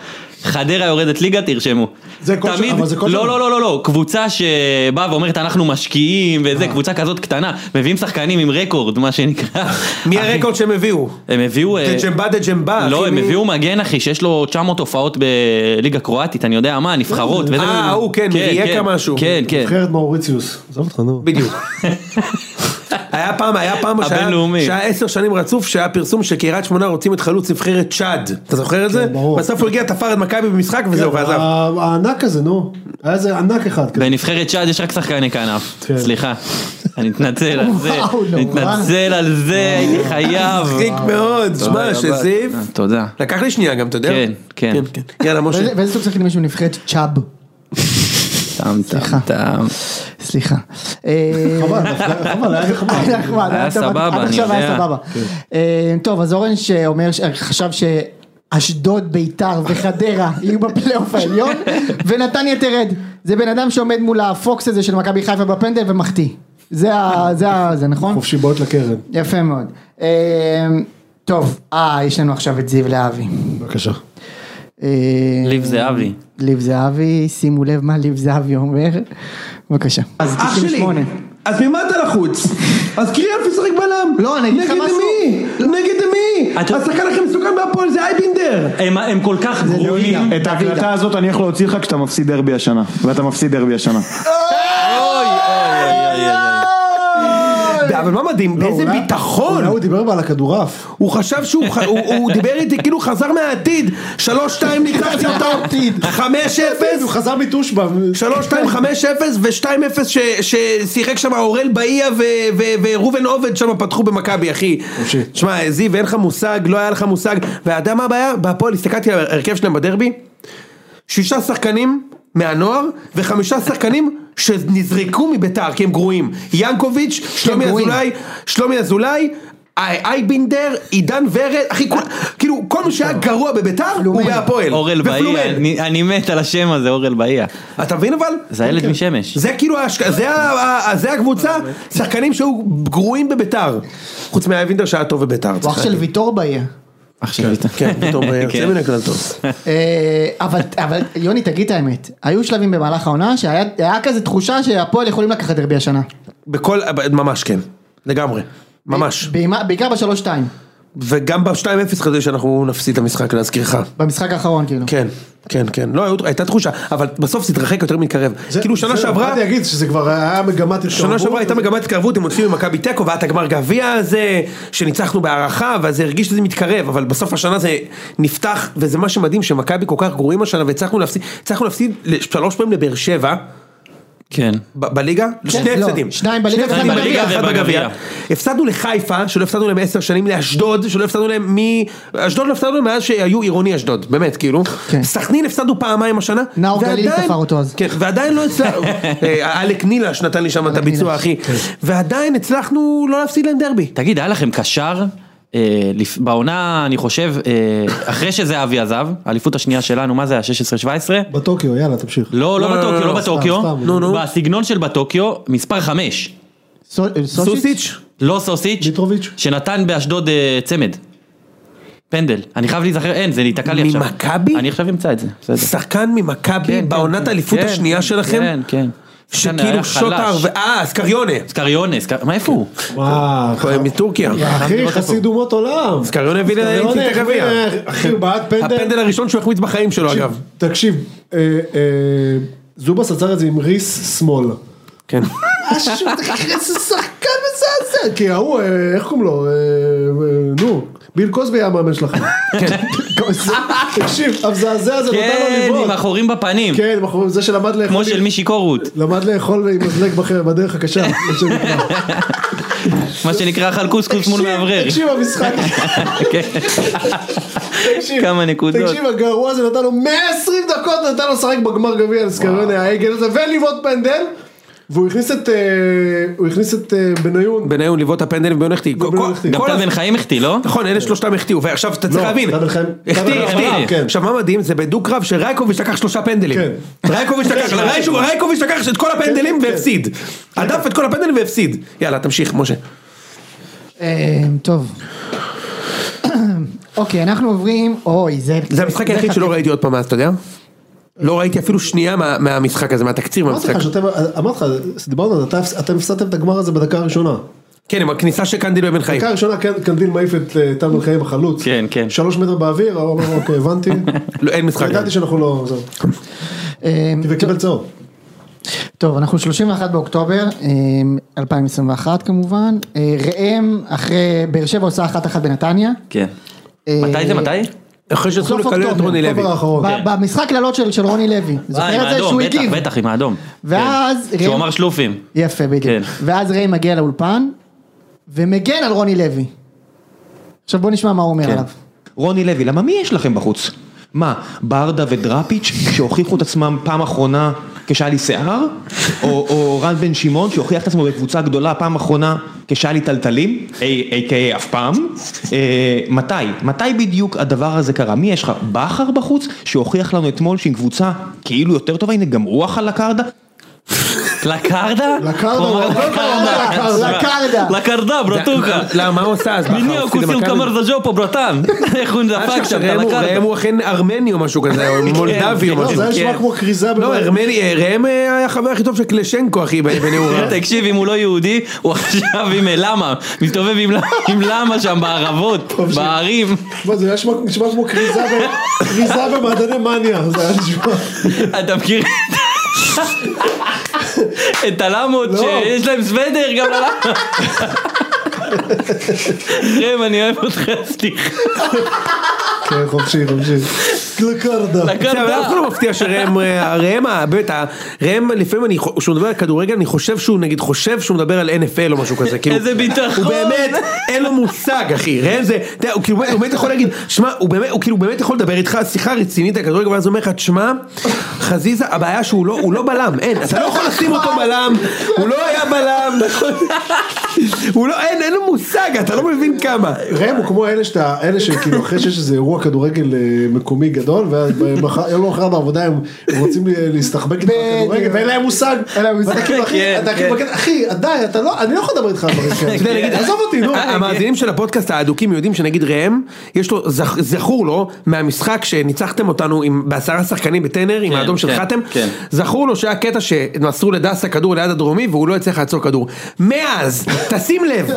Speaker 4: חדרה יורדת ליגה, תרשמו.
Speaker 3: זה כל
Speaker 4: תמיד,
Speaker 3: שנה, אבל זה כל
Speaker 4: לא,
Speaker 3: שנה.
Speaker 4: לא, לא, לא, לא, קבוצה שבאה ואומרת אנחנו משקיעים
Speaker 3: אה.
Speaker 4: וזה, קבוצה כזאת קטנה, מביאים שחקנים עם רקורד, מה שנקרא.
Speaker 2: מי
Speaker 4: אחי,
Speaker 2: הרקורד שהם הביאו?
Speaker 4: הם הביאו... אה,
Speaker 2: דג'מבה דג'מבה.
Speaker 4: לא,
Speaker 2: אחי,
Speaker 4: הם
Speaker 3: כאילו-
Speaker 2: מי-
Speaker 4: הביאו מגן אחי, שיש לו 900 הופעות בליגה קרואטית, אני יודע מה, נבחרות. וזה-
Speaker 3: אה,
Speaker 2: אה, הוא, כן, מרייקה משהו.
Speaker 4: כן, כן.
Speaker 3: נבחרת מאוריציוס. עזוב אותך, נו.
Speaker 2: בדיוק. היה פעם, היה פעם, שהיה-
Speaker 4: הבינלאומי.
Speaker 2: שהיה עשר שנים רצוף, שהיה פרסום שקריית שמונה רוצים את חלוץ נבחרת צ'אד. אתה זוכר את זה?
Speaker 4: כן,
Speaker 3: ברור.
Speaker 2: בסוף הוא הגיע, תפר את מכבי במשחק וזהו, ועזב.
Speaker 3: ה- הענק הזה, נו. היה איזה ענק אחד כזה.
Speaker 4: בנבחרת צ'אד יש רק שחקני כנף,
Speaker 3: כן.
Speaker 4: סליחה, אני מתנצל על זה,
Speaker 1: וואו,
Speaker 4: אני
Speaker 1: נורא.
Speaker 4: מתנצל על
Speaker 11: אה.
Speaker 4: זה, הייתי חייב.
Speaker 2: מצחיק מאוד, שמע,
Speaker 4: אה, תודה
Speaker 2: שזיו...
Speaker 4: רבה. תודה.
Speaker 2: לקח לי שנייה גם, אתה יודע?
Speaker 4: כן, כן.
Speaker 2: יאללה, משה.
Speaker 1: ואיזה- ואיזה סוג שחקנים יש בנבחרת צ'אב?
Speaker 4: טעם, טעם, טעם.
Speaker 1: סליחה. אה,
Speaker 3: חבל, דווקא- חבל, היה לי חבל.
Speaker 1: היה נחמד,
Speaker 4: אה, היה
Speaker 1: טוב,
Speaker 4: סבבה,
Speaker 1: עד
Speaker 4: אני
Speaker 1: עכשיו היה
Speaker 4: יודע.
Speaker 1: סבבה. אה, טוב, אז אורן שאומר, ש- חשב שאשדוד, ביתר וחדרה יהיו בפלייאוף העליון, ונתניה תרד. זה בן אדם שעומד מול הפוקס הזה של מכבי חיפה בפנדל ומחטיא. זה ה... זה ה... זה נכון?
Speaker 3: חופשי בועט לקרן.
Speaker 1: יפה מאוד. אה, טוב, אה, יש לנו עכשיו את זיו להבי.
Speaker 3: בבקשה.
Speaker 1: אה,
Speaker 4: ליב זהבי.
Speaker 1: ליב זהבי, שימו לב מה ליב זהבי אומר. בבקשה. אז
Speaker 9: אח שלי, אז ממה אתה לחוץ? אז קריאף ישחק בלם.
Speaker 1: לא, אני אגיד לך
Speaker 9: נגד
Speaker 1: משהו.
Speaker 9: מי?
Speaker 2: לא.
Speaker 9: נגד מי?
Speaker 11: אתה-
Speaker 9: השחקן הכי מסוכן בהפועל זה אייבינדר.
Speaker 11: הם, הם כל כך
Speaker 2: לא
Speaker 11: גרועים.
Speaker 1: דוידה.
Speaker 11: את ההקלטה הזאת אני יכול להוציא לך כשאתה מפסיד דרבי השנה. ואתה מפסיד דרבי השנה.
Speaker 4: אוי, אוי, אוי, אוי, אוי.
Speaker 2: אבל מה מדהים, איזה
Speaker 3: אולי-
Speaker 2: ביטחון.
Speaker 3: אולי לא- הוא דיבר בה על הכדורעף.
Speaker 2: הוא חשב שהוא ח- הוא- הוא דיבר איתי כאילו חזר מהעתיד. שלוש שתיים ניצחתי אותו. חמש
Speaker 3: הוא
Speaker 2: אפס.
Speaker 3: חזר מתושבע.
Speaker 2: 3-2-5-0 ו-2-0 ש- ששיחק שם אורל באיה ו- ו- וראובן עובד שם פתחו במכבי אחי.
Speaker 3: חופשי.
Speaker 2: שמע זיו אין לך מושג, לא היה לך מושג, ואתה יודע מה הבעיה? בהפועל הסתכלתי על ההרכב שלהם בדרבי, שישה שחקנים מהנוער וחמישה שחקנים שנזרקו מביתר כי הם גרועים. ינקוביץ', שלומי
Speaker 1: גרועים.
Speaker 2: אזולאי, שלומי אזולאי. אי- אייבינדר, עידן ורד, אחי, כול- כאילו כל מי שהיה גרוע בביתר הוא בהפועל.
Speaker 4: אורל
Speaker 2: ופלומן.
Speaker 4: באיה, אני- אני מת על השם הזה, אורל באיה.
Speaker 2: אתה מבין אבל?
Speaker 4: זה הילד משמש.
Speaker 2: זה כאילו, ההשק- זה ה- ה- זה הקבוצה, שחקנים שהיו גרועים בביתר. חוץ מהאבינדר שהיה טוב בביתר.
Speaker 1: הוא אח של ויטור באיה.
Speaker 4: אח של ביטן.
Speaker 2: כן, פתאום אה, יוצא מן הכלל טוב.
Speaker 1: אה, אבל, אבל יוני תגיד את האמת, היו שלבים במהלך העונה שהיה היה כזה תחושה שהפועל יכולים לקחת דרבי השנה.
Speaker 2: בכל, ממש כן, לגמרי. ממש.
Speaker 1: בעימה- בעיקר בשלוש שתיים,
Speaker 2: וגם ב-2-0 כזה שאנחנו נפסיד את המשחק להזכירך.
Speaker 1: במשחק האחרון כאילו.
Speaker 2: כן, כן, כן. לא, היו- הייתה תושה, אבל בסוף זה התרחק יותר מתקרב. כאילו שנה שעברה...
Speaker 3: באתי להגיד שזה כבר היה מגמת התקרבות.
Speaker 2: שנה שעברה הייתה מגמת התקרבות, הם הוציאו ממכבי תיקו, והיה את הגמר גביע הזה, שניצחנו בהערכה, ואז זה הרגיש שזה מתקרב, אבל בסוף השנה זה נפתח, וזה מה שמדהים, שמכבי כל כך גרועים השנה, והצלחנו להפסיד, הצלחנו להפסיד שלוש פעמים לבאר שבע,
Speaker 4: כן.
Speaker 2: ב- בליגה, שני
Speaker 1: לא,
Speaker 2: הפסדים.
Speaker 1: שניים בליגה ואחד
Speaker 2: שני הפסדים
Speaker 4: בגביע.
Speaker 2: אחד בגביע.
Speaker 4: ובגביע.
Speaker 2: הפסדנו לחיפה, שלא הפסדנו להם עשר שנים, לאשדוד, שלא הפסדנו להם מ... אשדוד לא הפסדנו להם מאז שהיו עירוני אשדוד, באמת, כאילו.
Speaker 1: כן.
Speaker 2: סכנין הפסדנו פעמיים השנה.
Speaker 1: נאור גלילי
Speaker 2: ועדיין-
Speaker 1: תפר אותו אז.
Speaker 2: כן, ועדיין לא הצלחנו, אה, אלק נילש נתן לי שם את הביצוע, אחי.
Speaker 1: כן.
Speaker 2: ועדיין הצלחנו לא להפסיד להם דרבי.
Speaker 4: תגיד, היה לכם קשר? אה, לפ- בעונה, אני חושב, אה, אחרי שזהבי עזב, האליפות השנייה שלנו, מה זה היה? 16-17?
Speaker 3: בטוקיו, יאללה, תמשיך.
Speaker 4: לא, לא
Speaker 2: לא, לא,
Speaker 4: בטוקיו,
Speaker 2: לא,
Speaker 4: לא
Speaker 2: לא,
Speaker 4: בטוקיו,
Speaker 3: סתם, סתם.
Speaker 2: נו, נו.
Speaker 4: בסגנון של בטוקיו, מספר 5,
Speaker 1: סו- אה, סוסיץ'?
Speaker 2: סוסיץ'?
Speaker 4: לא סוסיץ',
Speaker 3: מיטרוביץ'.
Speaker 4: שנתן באשדוד אה, צמד, פנדל, אני חייב להיזכר, אין, זה ניתקע לי עכשיו,
Speaker 2: ממכבי?
Speaker 4: אני עכשיו אמצא את זה, בסדר,
Speaker 2: שחקן ממכבי
Speaker 4: כן,
Speaker 2: בעונת
Speaker 4: כן,
Speaker 2: האליפות
Speaker 4: כן,
Speaker 2: השנייה
Speaker 4: כן,
Speaker 2: שלכם?
Speaker 4: כן, כן, שחקן היה
Speaker 2: שכאילו שוטר,
Speaker 4: חלש.
Speaker 2: ו- אה, סקריונה.
Speaker 4: סקריונה, סק- מאיפה הוא?
Speaker 3: וואו.
Speaker 2: מטורקיה.
Speaker 3: אחי,
Speaker 4: לראות
Speaker 3: חסיד אומות עולם.
Speaker 2: סקריונה הביא להם את הגביע.
Speaker 3: אחי, הוא בעט פנדל.
Speaker 2: הפנדל הראשון שהוא החמיץ בחיים שלו אגב.
Speaker 3: תקשיב, תקשיב, אה, אה, זובס עצר את זה עם ריס שמאל.
Speaker 2: כן.
Speaker 3: משהו, תקשיב, איזה שחקן מזעזע. כי ההוא, אה, איך קוראים לו? אה, אה, נו, ביל קוסבי היה המאמן שלכם.
Speaker 2: כן.
Speaker 3: קוסבי. תקשיב, המזעזע הזה נותן לו
Speaker 4: כן,
Speaker 3: לבעוט.
Speaker 4: עם החורים בפנים,
Speaker 3: כן, עם החור- זה שלמד לאכול.
Speaker 4: כמו
Speaker 3: עם-
Speaker 4: של מישי קורות,
Speaker 3: למד לאכול עם מזלג בחר- בדרך הקשה. מה שנקרא.
Speaker 4: מה שנקרא אכל קוסקוס מול
Speaker 3: תקשיב,
Speaker 4: מאוורר,
Speaker 3: תקשיב המשחק.
Speaker 4: כן.
Speaker 3: תקשיב,
Speaker 4: כמה נקודות.
Speaker 3: תקשיב הגרוע הזה נתן לו 120 דקות נתן לו לשחק בגמר גביע לסקריונה העגל הזה ולבעוט פנדל. והוא הכניס את אה, הוא הכניס את אה, בניון.
Speaker 2: בניון לבעוט הפנדלים ובניון החטיא. כל-
Speaker 3: ובניון החטיא.
Speaker 2: כל-
Speaker 4: גם
Speaker 2: כל-
Speaker 4: טל בן חיים החטיא, לא?
Speaker 2: נכון, אלה שלושתם החטיאו, ועכשיו אתה צריך
Speaker 3: לא,
Speaker 2: להבין,
Speaker 3: טל בן חיים- טל בן
Speaker 2: החטיא,
Speaker 3: חיים
Speaker 2: החטיא,
Speaker 3: אמר, כן.
Speaker 2: עכשיו מה מדהים זה בדו-קרב שרייקוביץ' לקח שלושה פנדלים,
Speaker 3: כן.
Speaker 2: רייקוביץ' לקח,
Speaker 3: כן,
Speaker 2: רייקוביץ'- רייקוביץ' לקח את כל הפנדלים
Speaker 3: כן.
Speaker 2: והפסיד, הדף את כל הפנדלים והפסיד, יאללה תמשיך משה,
Speaker 1: אה, טוב. אוקיי, אנחנו עוברים, אוי, זה...
Speaker 2: זה המשחק היחיד שלא ראיתי עוד פעם מאז, אתה יודע? לא ראיתי אפילו שנייה מה- מהמשחק הזה, מהתקציר
Speaker 3: אמרתי
Speaker 2: מהמשחק,
Speaker 3: לך שאתם- אמרתי לך, דיברנו על זה, אתה- אתם הפסדתם את הגמר הזה בדקה הראשונה.
Speaker 2: כן עם הכניסה של קנדיל בבן חיים,
Speaker 3: בדקה הראשונה קנ- קנדיל מעיף את אה, טל בן חיים החלוץ.
Speaker 4: כן, כן.
Speaker 3: שלוש מטר באוויר, אמרנו אוקיי הבנתי.
Speaker 2: לא, אין משחק,
Speaker 3: ידעתי שאנחנו לא... זהו.
Speaker 1: אה,
Speaker 3: וקיבל צהוב.
Speaker 1: טוב, אנחנו 31 באוקטובר, אמ, 2021 כמובן, אה, ראם אחרי, באר שבע עושה אחת אחת בנתניה.
Speaker 4: כן.
Speaker 1: אה,
Speaker 4: מתי זה, מתי?
Speaker 2: אחרי שהתחילו
Speaker 1: בסוף
Speaker 2: לקלל את
Speaker 1: אוקטובר,
Speaker 2: רוני לוי. כן.
Speaker 1: אוקטובר האחרון. ב- במשחק קללות של של רוני לוי,
Speaker 4: אה, עם
Speaker 1: זוכר את זה
Speaker 4: האדום,
Speaker 1: שהוא
Speaker 2: לא,
Speaker 4: בטח,
Speaker 1: הגיב,
Speaker 4: בטח, עם האדום.
Speaker 1: ואז
Speaker 4: כן. שהוא
Speaker 1: ראם-
Speaker 4: אמר שלופים.
Speaker 1: יפה בדיוק,
Speaker 4: כן.
Speaker 1: ואז ראם מגיע לאולפן, ומגן על רוני לוי. עכשיו בוא נשמע מה הוא אומר
Speaker 12: כן.
Speaker 1: עליו.
Speaker 12: רוני לוי, למה מי יש לכם בחוץ? מה, ברדה ודראפיץ' שהוכיחו את עצמם פעם אחרונה כשהיה לי שיער? או, או רן בן שמעון שהוכיח את עצמו בקבוצה גדולה פעם אחרונה כשהיה לי טלטלים? A.K.A אף פעם? אה, מתי? מתי בדיוק הדבר הזה קרה? מי יש לך? בכר בחוץ שהוכיח לנו אתמול שעם קבוצה כאילו יותר טובה, הנה גם רוח על הקרדה?
Speaker 4: לקרדה?
Speaker 12: לקרדה,
Speaker 4: הוא אמר לקרדה. לקרדה, ברטוקה.
Speaker 2: למה, מה הוא עושה אז?
Speaker 4: מיני
Speaker 2: בכר, הפסיד
Speaker 4: הכוסים
Speaker 2: למכבי?
Speaker 4: קמר דג'ו פה, ברטן. איך הוא דפק שם,
Speaker 2: ראם הוא-
Speaker 4: לקרדה.
Speaker 2: ראם הוא אכן ארמני או משהו כזה, או מולדבי או
Speaker 4: כן.
Speaker 2: משהו.
Speaker 4: לא, זה היה
Speaker 2: כן.
Speaker 4: נשמע כמו כריזה
Speaker 2: לא,
Speaker 4: בבית.
Speaker 2: ארמני, אה, ראם אה, היה החבר הכי טוב של קלשנקו, אחי, בנעוריו.
Speaker 4: תקשיב, אם הוא לא יהודי, הוא עכשיו עם אה, למה, מסתובב עם למה- עם למה שם בערבות, בערים.
Speaker 3: מה, זה היה נשמע נשמע כמו כריזה ב- כריזה במעדני מניה, זה היה נשמע.
Speaker 4: אתה מכיר את- את הלמות שיש להם סוודר גם ללמה. ראם, אני אוהב אותך, סליחה.
Speaker 3: כן, חופשי, חופשי. לקרדה.
Speaker 2: עכשיו, אף אחד לא מפתיע שראם, אה, ראם, ה- באמת, ה- ראם לפעמים, אני חו- כשהוא מדבר על כדורגל, אני חושב שהוא נגיד חושב שהוא מדבר על NFL או משהו כזה, כאילו,
Speaker 4: איזה ביטחון.
Speaker 2: הוא באמת, אין לו מושג, אחי, ראם זה, אתה יודע, הוא כאילו, הוא באמת יכול להגיד, שמע, הוא באמת, הוא כאילו באמת יכול לדבר איתך שיחה רצינית על כדורגל, ואז הוא אומר לך, תשמע, חזיזה, הבעיה שהוא לא, הוא לא בלם, אין, אתה לא יכול לשים אותו בלם, הוא לא היה בלם, נכון? הוא לא, אין, אין לו מושג, אתה לא מבין כמה.
Speaker 3: ראם הוא כמו אלה שאתה, אלה שכאילו אחרי שיש איזה אירוע כדורגל אה, מקומי גדול, ויום למחרת בעבודה הם רוצים לה- להסתחבק איתך בכדורגל, ואין להם מושג, ואתה כאילו אחי,
Speaker 2: כן,
Speaker 3: אתה
Speaker 2: כן.
Speaker 3: כאילו, בקטע, אחי, די, אתה לא, אני לא יכול לדבר איתך על דברים
Speaker 2: אתה יודע,
Speaker 3: כאלה, כאילו,
Speaker 2: נגיד,
Speaker 3: עזוב אותי,
Speaker 2: אה,
Speaker 3: נו.
Speaker 2: המאזינים של הפודקאסט האדוקים יודעים שנגיד ראם, יש לו, זכ- זכור לו, מהמשחק שניצחתם אותנו עם- בעשרה שחקנים בטנר, עם האדום של
Speaker 4: כן,
Speaker 2: חתם,
Speaker 4: כן.
Speaker 2: זכור לו שהיה קטע שמסרו לדסה כדור ליד הדרומי והוא לא הצליח לעצור כדור. מאז, תשים לב,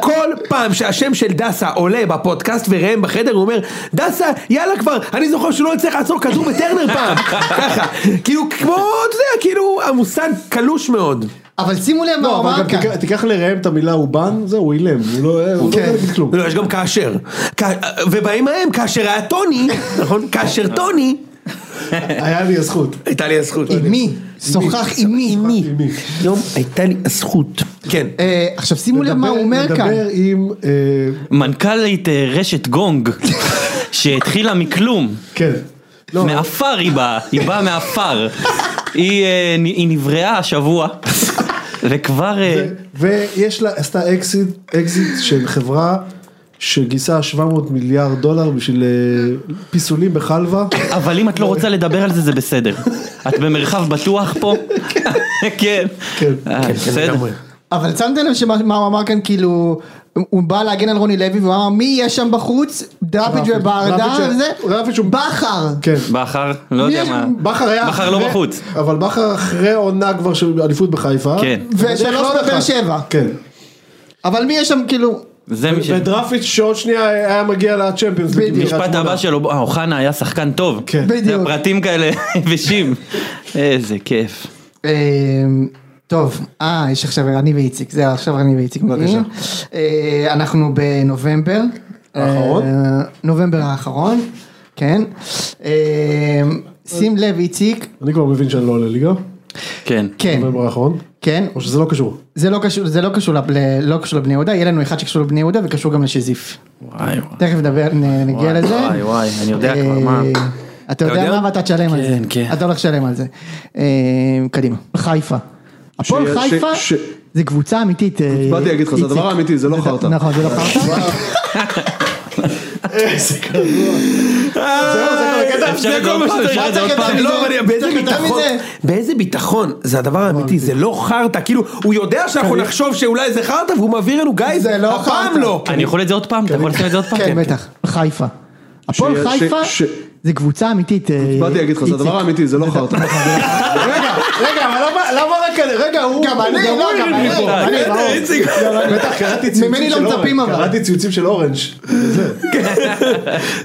Speaker 2: כל פעם שהשם של דסה עולה בפודקאסט וראם בחדר, הוא אומר, דסה, יאללה כבר, אני זוכר שהוא לא הצליח לעצור כדור בטרנר פעם, ככה, כאילו, כמו, אתה יודע, כאילו, המושג קלוש מאוד.
Speaker 1: אבל שימו לב מה
Speaker 3: לא,
Speaker 1: הוא
Speaker 3: אבל
Speaker 1: אמר
Speaker 3: גם
Speaker 1: כאן.
Speaker 3: תיקח- תיקח לראם את המילה אובן, זהו, הוא אילם, הוא לא הוא לא יודע להגיד כלום.
Speaker 2: לא, יש גם כאשר. כ- ובאים ההם, כאשר היה טוני, נכון? כאשר טוני,
Speaker 3: היה לי הזכות.
Speaker 2: הייתה לי הזכות.
Speaker 1: עם מי? שוחח עם מי? עם מי?
Speaker 2: יום, הייתה לי הזכות. כן.
Speaker 1: אה, עכשיו שימו לב מה הוא אומר
Speaker 3: לדבר
Speaker 1: כאן.
Speaker 3: עם... אה,
Speaker 4: מנכ"לית אה, רשת גונג, שהתחילה מכלום.
Speaker 3: כן.
Speaker 4: מעפר היא באה, היא באה מעפר. היא אה, נ- היא נבראה השבוע, וכבר... אה,
Speaker 3: ויש לה, עשתה אקזיט, אקזיט של חברה שגייסה 700 מיליארד דולר בשביל אה, פיסולים בחלבה.
Speaker 4: אבל אם את לא רוצה לדבר על זה, זה בסדר. את במרחב בטוח פה? כן. אה, בסדר.
Speaker 1: אבל שמתם לב שמה מה הוא אמר כאן כאילו הוא- הוא בא להגן על רוני לוי והוא אמר מי יש שם בחוץ דראפיץ'
Speaker 3: דראפיץ',
Speaker 1: וברדה
Speaker 3: דראפיץ' ש-
Speaker 1: וזה בכר
Speaker 3: כן.
Speaker 4: בכר, לא
Speaker 3: מי
Speaker 4: יודע
Speaker 3: יש-
Speaker 4: מה.
Speaker 3: בכר היה...
Speaker 4: בכר לא
Speaker 3: אחרי-
Speaker 4: בחוץ.
Speaker 3: אבל בכר אחרי עונה כבר של אליפות בחיפה.
Speaker 4: כן.
Speaker 1: ושלוש
Speaker 3: ובדרך
Speaker 1: בבאר
Speaker 3: כלל-
Speaker 1: שבע
Speaker 3: כן.
Speaker 1: אבל מי יש שם כאילו
Speaker 4: זה מי ש...
Speaker 3: ודרפיץ' שעוד שנייה היה מגיע לצ'מפיונס. בדיוק.
Speaker 4: משפט הבא שלו, אה, אוחנה היה שחקן טוב.
Speaker 3: כן.
Speaker 1: בדיוק.
Speaker 4: פרטים כאלה יבשים. איזה כיף.
Speaker 1: אמ, טוב, אה, יש עכשיו אני ואיציק, זהו, עכשיו אני ואיציק מגיעים. אה, אנחנו בנובמבר.
Speaker 3: האחרון?
Speaker 1: אה, נובמבר האחרון, כן. אמ, שים לב איציק,
Speaker 3: אני כבר מבין שאני לא עולה ליגה.
Speaker 4: כן.
Speaker 1: כן,
Speaker 3: נובמבר האחרון.
Speaker 1: כן.
Speaker 3: או שזה לא קשור.
Speaker 1: זה לא קשור, זה לא קשור, לב- ל- לא קשור לבני יהודה, יהיה לנו אחד שקשור לבני יהודה וקשור גם לשזיף.
Speaker 4: וואי וואי.
Speaker 1: תכף נדבר, נ- נגיע
Speaker 4: וואי,
Speaker 1: לזה.
Speaker 4: וואי, וואי, אני יודע כבר,
Speaker 1: אה,
Speaker 4: מה?
Speaker 1: אתה
Speaker 4: אתה
Speaker 1: יודע
Speaker 4: יודע?
Speaker 1: מה ואתה תשלם על זה.
Speaker 4: כן, כן.
Speaker 1: אתה הולך לשלם על זה. אה, קדימה, חיפה. הפועל
Speaker 9: ש-
Speaker 1: חיפה
Speaker 9: ש-
Speaker 1: זה קבוצה אמיתית. אה,
Speaker 9: באתי להגיד לך, זה
Speaker 1: איציק.
Speaker 9: הדבר האמיתי, זה לא חרטא.
Speaker 1: נכון, זה לא חרטא.
Speaker 3: איזה גרוע. זהו, זה כל הקטע.
Speaker 4: אפשר את זה עוד פעם, אפשר את זה עוד
Speaker 1: מה
Speaker 4: פעם.
Speaker 1: אתה
Speaker 2: לא, אבל באיזה
Speaker 1: יותר קטן
Speaker 2: ביטחון,
Speaker 1: מזה?
Speaker 2: באיזה ביטחון, זה הדבר האמיתי, זה לא חרטא, כאילו, הוא יודע שאנחנו נחשוב שאולי זה חרטא והוא מבהיר לנו, גיא,
Speaker 1: כן. זה לא
Speaker 2: הפעם
Speaker 1: חרטא."
Speaker 2: לא.
Speaker 4: אני יכול את זה עוד פעם? אתה יכול לעשות את זה עוד פעם?
Speaker 1: כן, בטח. חיפה. הפועל
Speaker 9: ש-
Speaker 1: חיפה
Speaker 9: ש-
Speaker 1: זה קבוצה אמיתית. אה,
Speaker 9: באתי להגיד לך, זה
Speaker 1: איציק.
Speaker 9: הדבר האמיתי, זה לא חרטא.
Speaker 1: רגע,
Speaker 3: רגע, אבל למה- למה רק אני? רגע, הוא...
Speaker 1: גם אני,
Speaker 3: הוא
Speaker 1: לא, גם
Speaker 3: הרים לי
Speaker 1: אני,
Speaker 3: פה.
Speaker 1: גם אני, ברור.
Speaker 3: איציק. לא, בטח, קראתי
Speaker 1: ממני
Speaker 3: ציוצים
Speaker 1: לא
Speaker 3: של
Speaker 1: מצפים,
Speaker 3: אורנג'.
Speaker 1: אבל.
Speaker 3: קראתי ציוצים של אורנג'.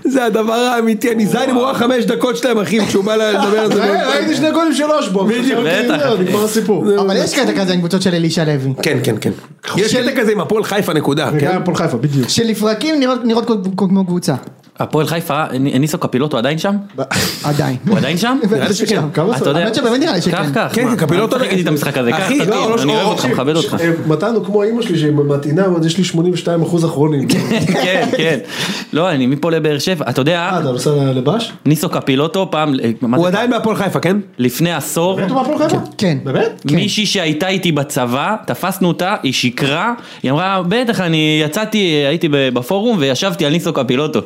Speaker 2: זה הדבר האמיתי, אני זין עם רואה חמש דקות שלהם אחי, כשהוא בא לדבר על זה.
Speaker 3: אה, ראיתי שני גולים של אושבו.
Speaker 2: בדיוק,
Speaker 3: חשבתי,
Speaker 2: בטח.
Speaker 3: זהו, נגמר הסיפור.
Speaker 1: אבל יש קטע כזה עם קבוצות של אלישע לוי.
Speaker 2: כן, כן, כן. יש קטע כזה עם הפועל חיפה נקודה. כן?
Speaker 3: הפועל חיפה, בדיוק.
Speaker 1: שלפרקים נראות- נראות כמו קבוצה.
Speaker 4: כן. הפועל חיפה, ניסו קפילוטו עדיין שם?
Speaker 1: עדיין.
Speaker 4: הוא עדיין שם?
Speaker 1: נראה לי שכן.
Speaker 4: אתה יודע,
Speaker 1: האמת שבאמת נראה לי שכן.
Speaker 4: קח, קח.
Speaker 1: כן,
Speaker 4: מה,
Speaker 1: כן, קפילוטו
Speaker 4: אל תשחק איתי את המשחק הזה, קח,
Speaker 3: אחי,
Speaker 4: תתאים,
Speaker 3: לא, לא,
Speaker 4: אני
Speaker 3: לא,
Speaker 4: אוהב אותך,
Speaker 3: תקשיב,
Speaker 4: מכבד אותך.
Speaker 3: אה, מתן הוא כמו אימא שלי שמטעינה, אבל יש לי 82 אחוז אחרונים.
Speaker 4: כן, כן. לא, אני מפה לבאר שבע, אתה יודע...
Speaker 3: אה, אתה נוסע לבש?
Speaker 4: ניסו קפילוטו פעם... הוא
Speaker 2: עדיין בהפועל חיפה, כן?
Speaker 4: לפני עשור.
Speaker 3: באמת הוא מהפועל חיפה?
Speaker 1: כן.
Speaker 3: באמת?
Speaker 4: מישהי שהייתה איתי בצבא, תפסנו אותה, היא שיקרה, היא אמרה, בטח, אני יצאתי, הייתי ב- בפורום וישבתי על ניסו קפילוטו.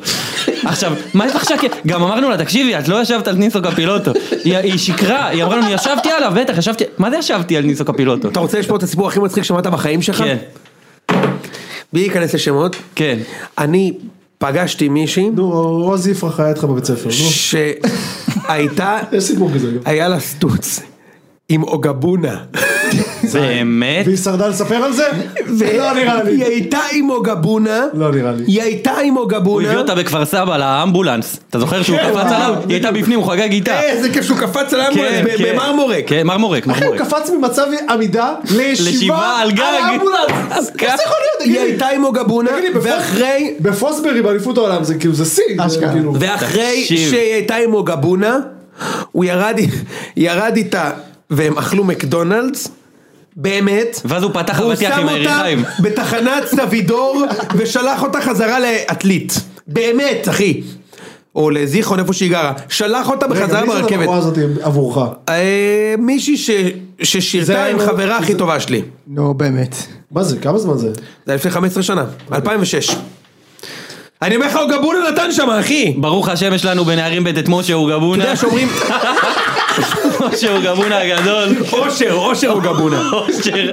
Speaker 4: עכשיו, מה יש לך שקר? גם אמרנו לה, תקשיבי, את לא ישבת על ניסו קפילוטו. היא- היא שיקרה, היא אמרה לנו, ישבתי עליו, בטח, ישבתי, מה זה ישבתי על ניסו קפילוטו?
Speaker 2: אתה רוצה לשמוע את הסיפור הכי מצחיק שמעת בחיים שלך?
Speaker 4: כן.
Speaker 2: בלי להיכנס לשמות.
Speaker 4: כן.
Speaker 2: אני פגשתי מישהי.
Speaker 3: נו, עוז יפרח היה איתך בבית ספר, נו.
Speaker 2: שהייתה,
Speaker 3: יש סיפור כזה גם.
Speaker 2: היה לה סטוץ עם אוגבונה.
Speaker 4: באמת?
Speaker 3: והיא שרדה לספר על זה? לא נראה לי.
Speaker 2: היא הייתה עם אוגבונה.
Speaker 3: לא נראה לי.
Speaker 2: היא הייתה עם
Speaker 4: הוא הביא
Speaker 2: אוגבונה.
Speaker 4: אותה בכפר סבא לאמבולנס, אתה זוכר שהוא
Speaker 2: כן,
Speaker 4: קפץ
Speaker 2: וואו.
Speaker 4: עליו? היא הייתה בפנים, הוא חגג איתה.
Speaker 2: איזה כיף אה, כאילו שהוא קפץ על
Speaker 4: כן,
Speaker 2: האמבולנס ב-
Speaker 4: כן.
Speaker 2: במרמורק.
Speaker 4: כן, מרמורק,
Speaker 3: אחי, הוא
Speaker 4: מרמורק.
Speaker 3: קפץ ממצב עמידה
Speaker 4: לשבעה
Speaker 3: לישיבה
Speaker 4: על גג.
Speaker 3: האמבולנס.
Speaker 4: אז
Speaker 3: איך זה יכול להיות?
Speaker 2: היא
Speaker 3: תגיד לי?
Speaker 2: הייתה עם אוגבונה,
Speaker 3: תגיד לי, בפוס-
Speaker 2: ואחרי,
Speaker 3: בפוסברי באליפות העולם זה כאילו זה שיא. זה
Speaker 1: אשכרה.
Speaker 3: כאילו-
Speaker 2: ואחרי
Speaker 4: תקשיב.
Speaker 2: שהיא הייתה עם אוגבונה, הוא ירד, ירד איתה, והם אכלו מקדונלדס. באמת,
Speaker 4: ואז הוא פתח
Speaker 2: והוא
Speaker 4: אבטיח
Speaker 2: שם
Speaker 4: עם
Speaker 2: אותה
Speaker 4: הירכיים.
Speaker 2: בתחנת סבידור ושלח אותה חזרה לעתלית, באמת אחי, או לזיכרון איפה שהיא גרה, שלח אותה
Speaker 3: רגע,
Speaker 2: בחזרה
Speaker 3: מי זאת
Speaker 2: ברכבת,
Speaker 3: הבחורה הזאת עבורך?
Speaker 2: אה, מישהי ש...
Speaker 3: זה
Speaker 2: ששירתה עם
Speaker 3: היה-
Speaker 2: חברה הכי טובה שלי.
Speaker 1: נו, באמת.
Speaker 3: מה זה? כמה זמן זה?
Speaker 2: זה היה לפני 15 שנה, 2006. אני אומר לך, הוא גבונה נתן שם, אחי!
Speaker 4: ברוך השם יש לנו בנערים ב' את משה אורגבונה.
Speaker 2: אתה יודע שאומרים,
Speaker 4: אושר גבונה הגדול.
Speaker 2: אושר, אושר הוא גבונה.
Speaker 4: אושר.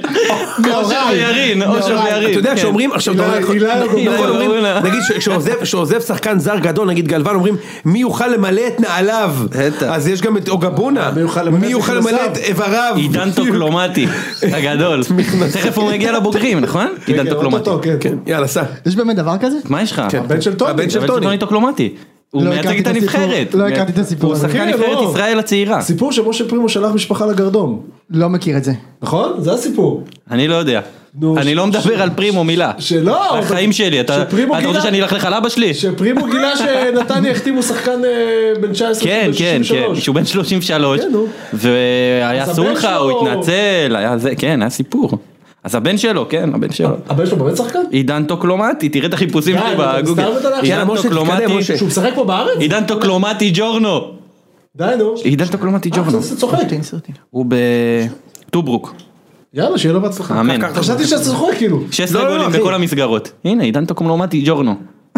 Speaker 4: אושר
Speaker 1: מהוריי.
Speaker 4: וירין, אושר
Speaker 1: מהוריי.
Speaker 4: וירין.
Speaker 2: אתה יודע
Speaker 4: כן.
Speaker 2: שאומרים, עכשיו,
Speaker 3: לא הילה-
Speaker 2: אתה אומר,
Speaker 3: הילה
Speaker 2: נכון,
Speaker 4: גבונה.
Speaker 2: נכון, אומרים,
Speaker 4: גבונה.
Speaker 2: נגיד ש- שעוזב- שעוזב שחקן זר גדול, נגיד גלוון, אומרים, מי יוכל למלא את נעליו?
Speaker 4: בטח.
Speaker 2: אז יש גם את אוגבונה,
Speaker 3: מי יוכל למלא
Speaker 2: מי
Speaker 3: את
Speaker 2: יוכל למלא את איבריו? כאילו.
Speaker 4: עידן טוקלומטי הגדול. תכף הוא מגיע לבוגרים, נכון? עידן
Speaker 3: רגע,
Speaker 4: טוקלומטי.
Speaker 3: אוטוטו, כן, כן.
Speaker 2: יאללה, סע.
Speaker 1: יש באמת דבר כזה?
Speaker 4: מה יש לך?
Speaker 3: הבן של טוני.
Speaker 2: הבן של
Speaker 4: אבל
Speaker 2: טוני.
Speaker 4: טוני טוקלומטי. הוא
Speaker 1: לא
Speaker 4: מייצג
Speaker 1: הכרתי
Speaker 4: את
Speaker 1: את הסיפור.
Speaker 4: הנבחרת.
Speaker 1: לא הכרתי את הסיפור
Speaker 4: הוא
Speaker 1: הזה.
Speaker 4: שחקן
Speaker 3: כן,
Speaker 4: נבחרת
Speaker 3: לא.
Speaker 4: ישראל הצעירה.
Speaker 3: סיפור שמשה פרימו שלח משפחה לגרדום.
Speaker 1: לא מכיר את זה.
Speaker 3: נכון? זה הסיפור.
Speaker 4: אני לא יודע.
Speaker 3: נו,
Speaker 4: אני
Speaker 3: ש-
Speaker 4: לא מדבר
Speaker 3: ש-
Speaker 4: על פרימו מילה.
Speaker 3: שלא,
Speaker 4: על
Speaker 3: אבל-
Speaker 4: החיים שלי. אתה
Speaker 3: שפרימו
Speaker 4: אתה רוצה
Speaker 3: גילה-
Speaker 4: שאני אלך לך לאבא שלי?
Speaker 3: שפרימו גילה שנתניה החתימו שחקן אה, בן 19
Speaker 4: כן,
Speaker 3: בן
Speaker 4: כן, כן,
Speaker 3: 63.
Speaker 4: שהוא בן 33,
Speaker 3: כן, נו.
Speaker 4: והיה
Speaker 3: אז הבן
Speaker 4: אסור לך, הוא
Speaker 3: שלו-
Speaker 4: התנצל, היה זה, כן, היה סיפור. אז הבן שלו, כן, הבן שלו.
Speaker 3: הבן שלו באמת שחקן?
Speaker 4: עידן טוקלומטי, תראה את החיפושים
Speaker 3: די,
Speaker 4: שלי
Speaker 3: אתה
Speaker 4: בגוגל.
Speaker 3: מסתלבט עליי?
Speaker 4: עידן
Speaker 2: יאללה, משה, תתקדם,
Speaker 4: טוקלומטי,
Speaker 2: משה.
Speaker 3: שהוא משחק פה בארץ?
Speaker 4: עידן טוקלומטי ג'ורנו.
Speaker 3: די נו.
Speaker 4: עידן טוקלומטי
Speaker 3: אה,
Speaker 4: ג'ורנו.
Speaker 3: חשבתי שאתה צוחק.
Speaker 4: אוקיי. הוא בטוברוק,
Speaker 3: יאללה, שיהיה לו בהצלחה.
Speaker 4: אמן.
Speaker 3: חשבתי שאתה צוחק כאילו.
Speaker 4: 16
Speaker 2: לא, לא,
Speaker 4: אוקיי. גולים
Speaker 2: אחי.
Speaker 4: בכל המסגרות. הנה, עידן טוקלומטי ג'ורנו.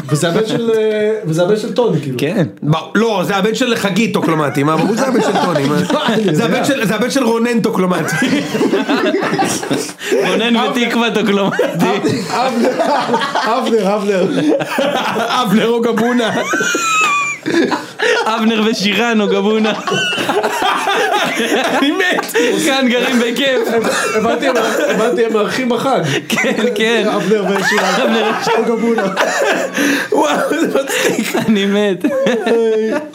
Speaker 3: וזה הבן של אה, וזה הבן של טוני כאילו.
Speaker 4: כן.
Speaker 2: ב- לא, זה הבן של חגית טוקלומטי, מה, ברור שזה הבן של טוני, מה?
Speaker 3: לא, אני
Speaker 2: זה
Speaker 3: יודע.
Speaker 2: הבן של- זה הבן של רונן טוקלומטי.
Speaker 4: רונן
Speaker 3: אוקיי.
Speaker 4: ותקווה טוקלומטי.
Speaker 3: אבנר, אבנר, אבנר.
Speaker 2: אבנר אוגבונה.
Speaker 4: אבנר ושירן או גבונה. אני מת. כאן גרים בכיף.
Speaker 3: הבנתי, הם- הבנתי, הם מארחים בחג.
Speaker 4: כן, כן.
Speaker 3: אבנר ושירה. אבנר ושירה גבונה.
Speaker 2: וואו, זה מצחיק.
Speaker 4: אני מת.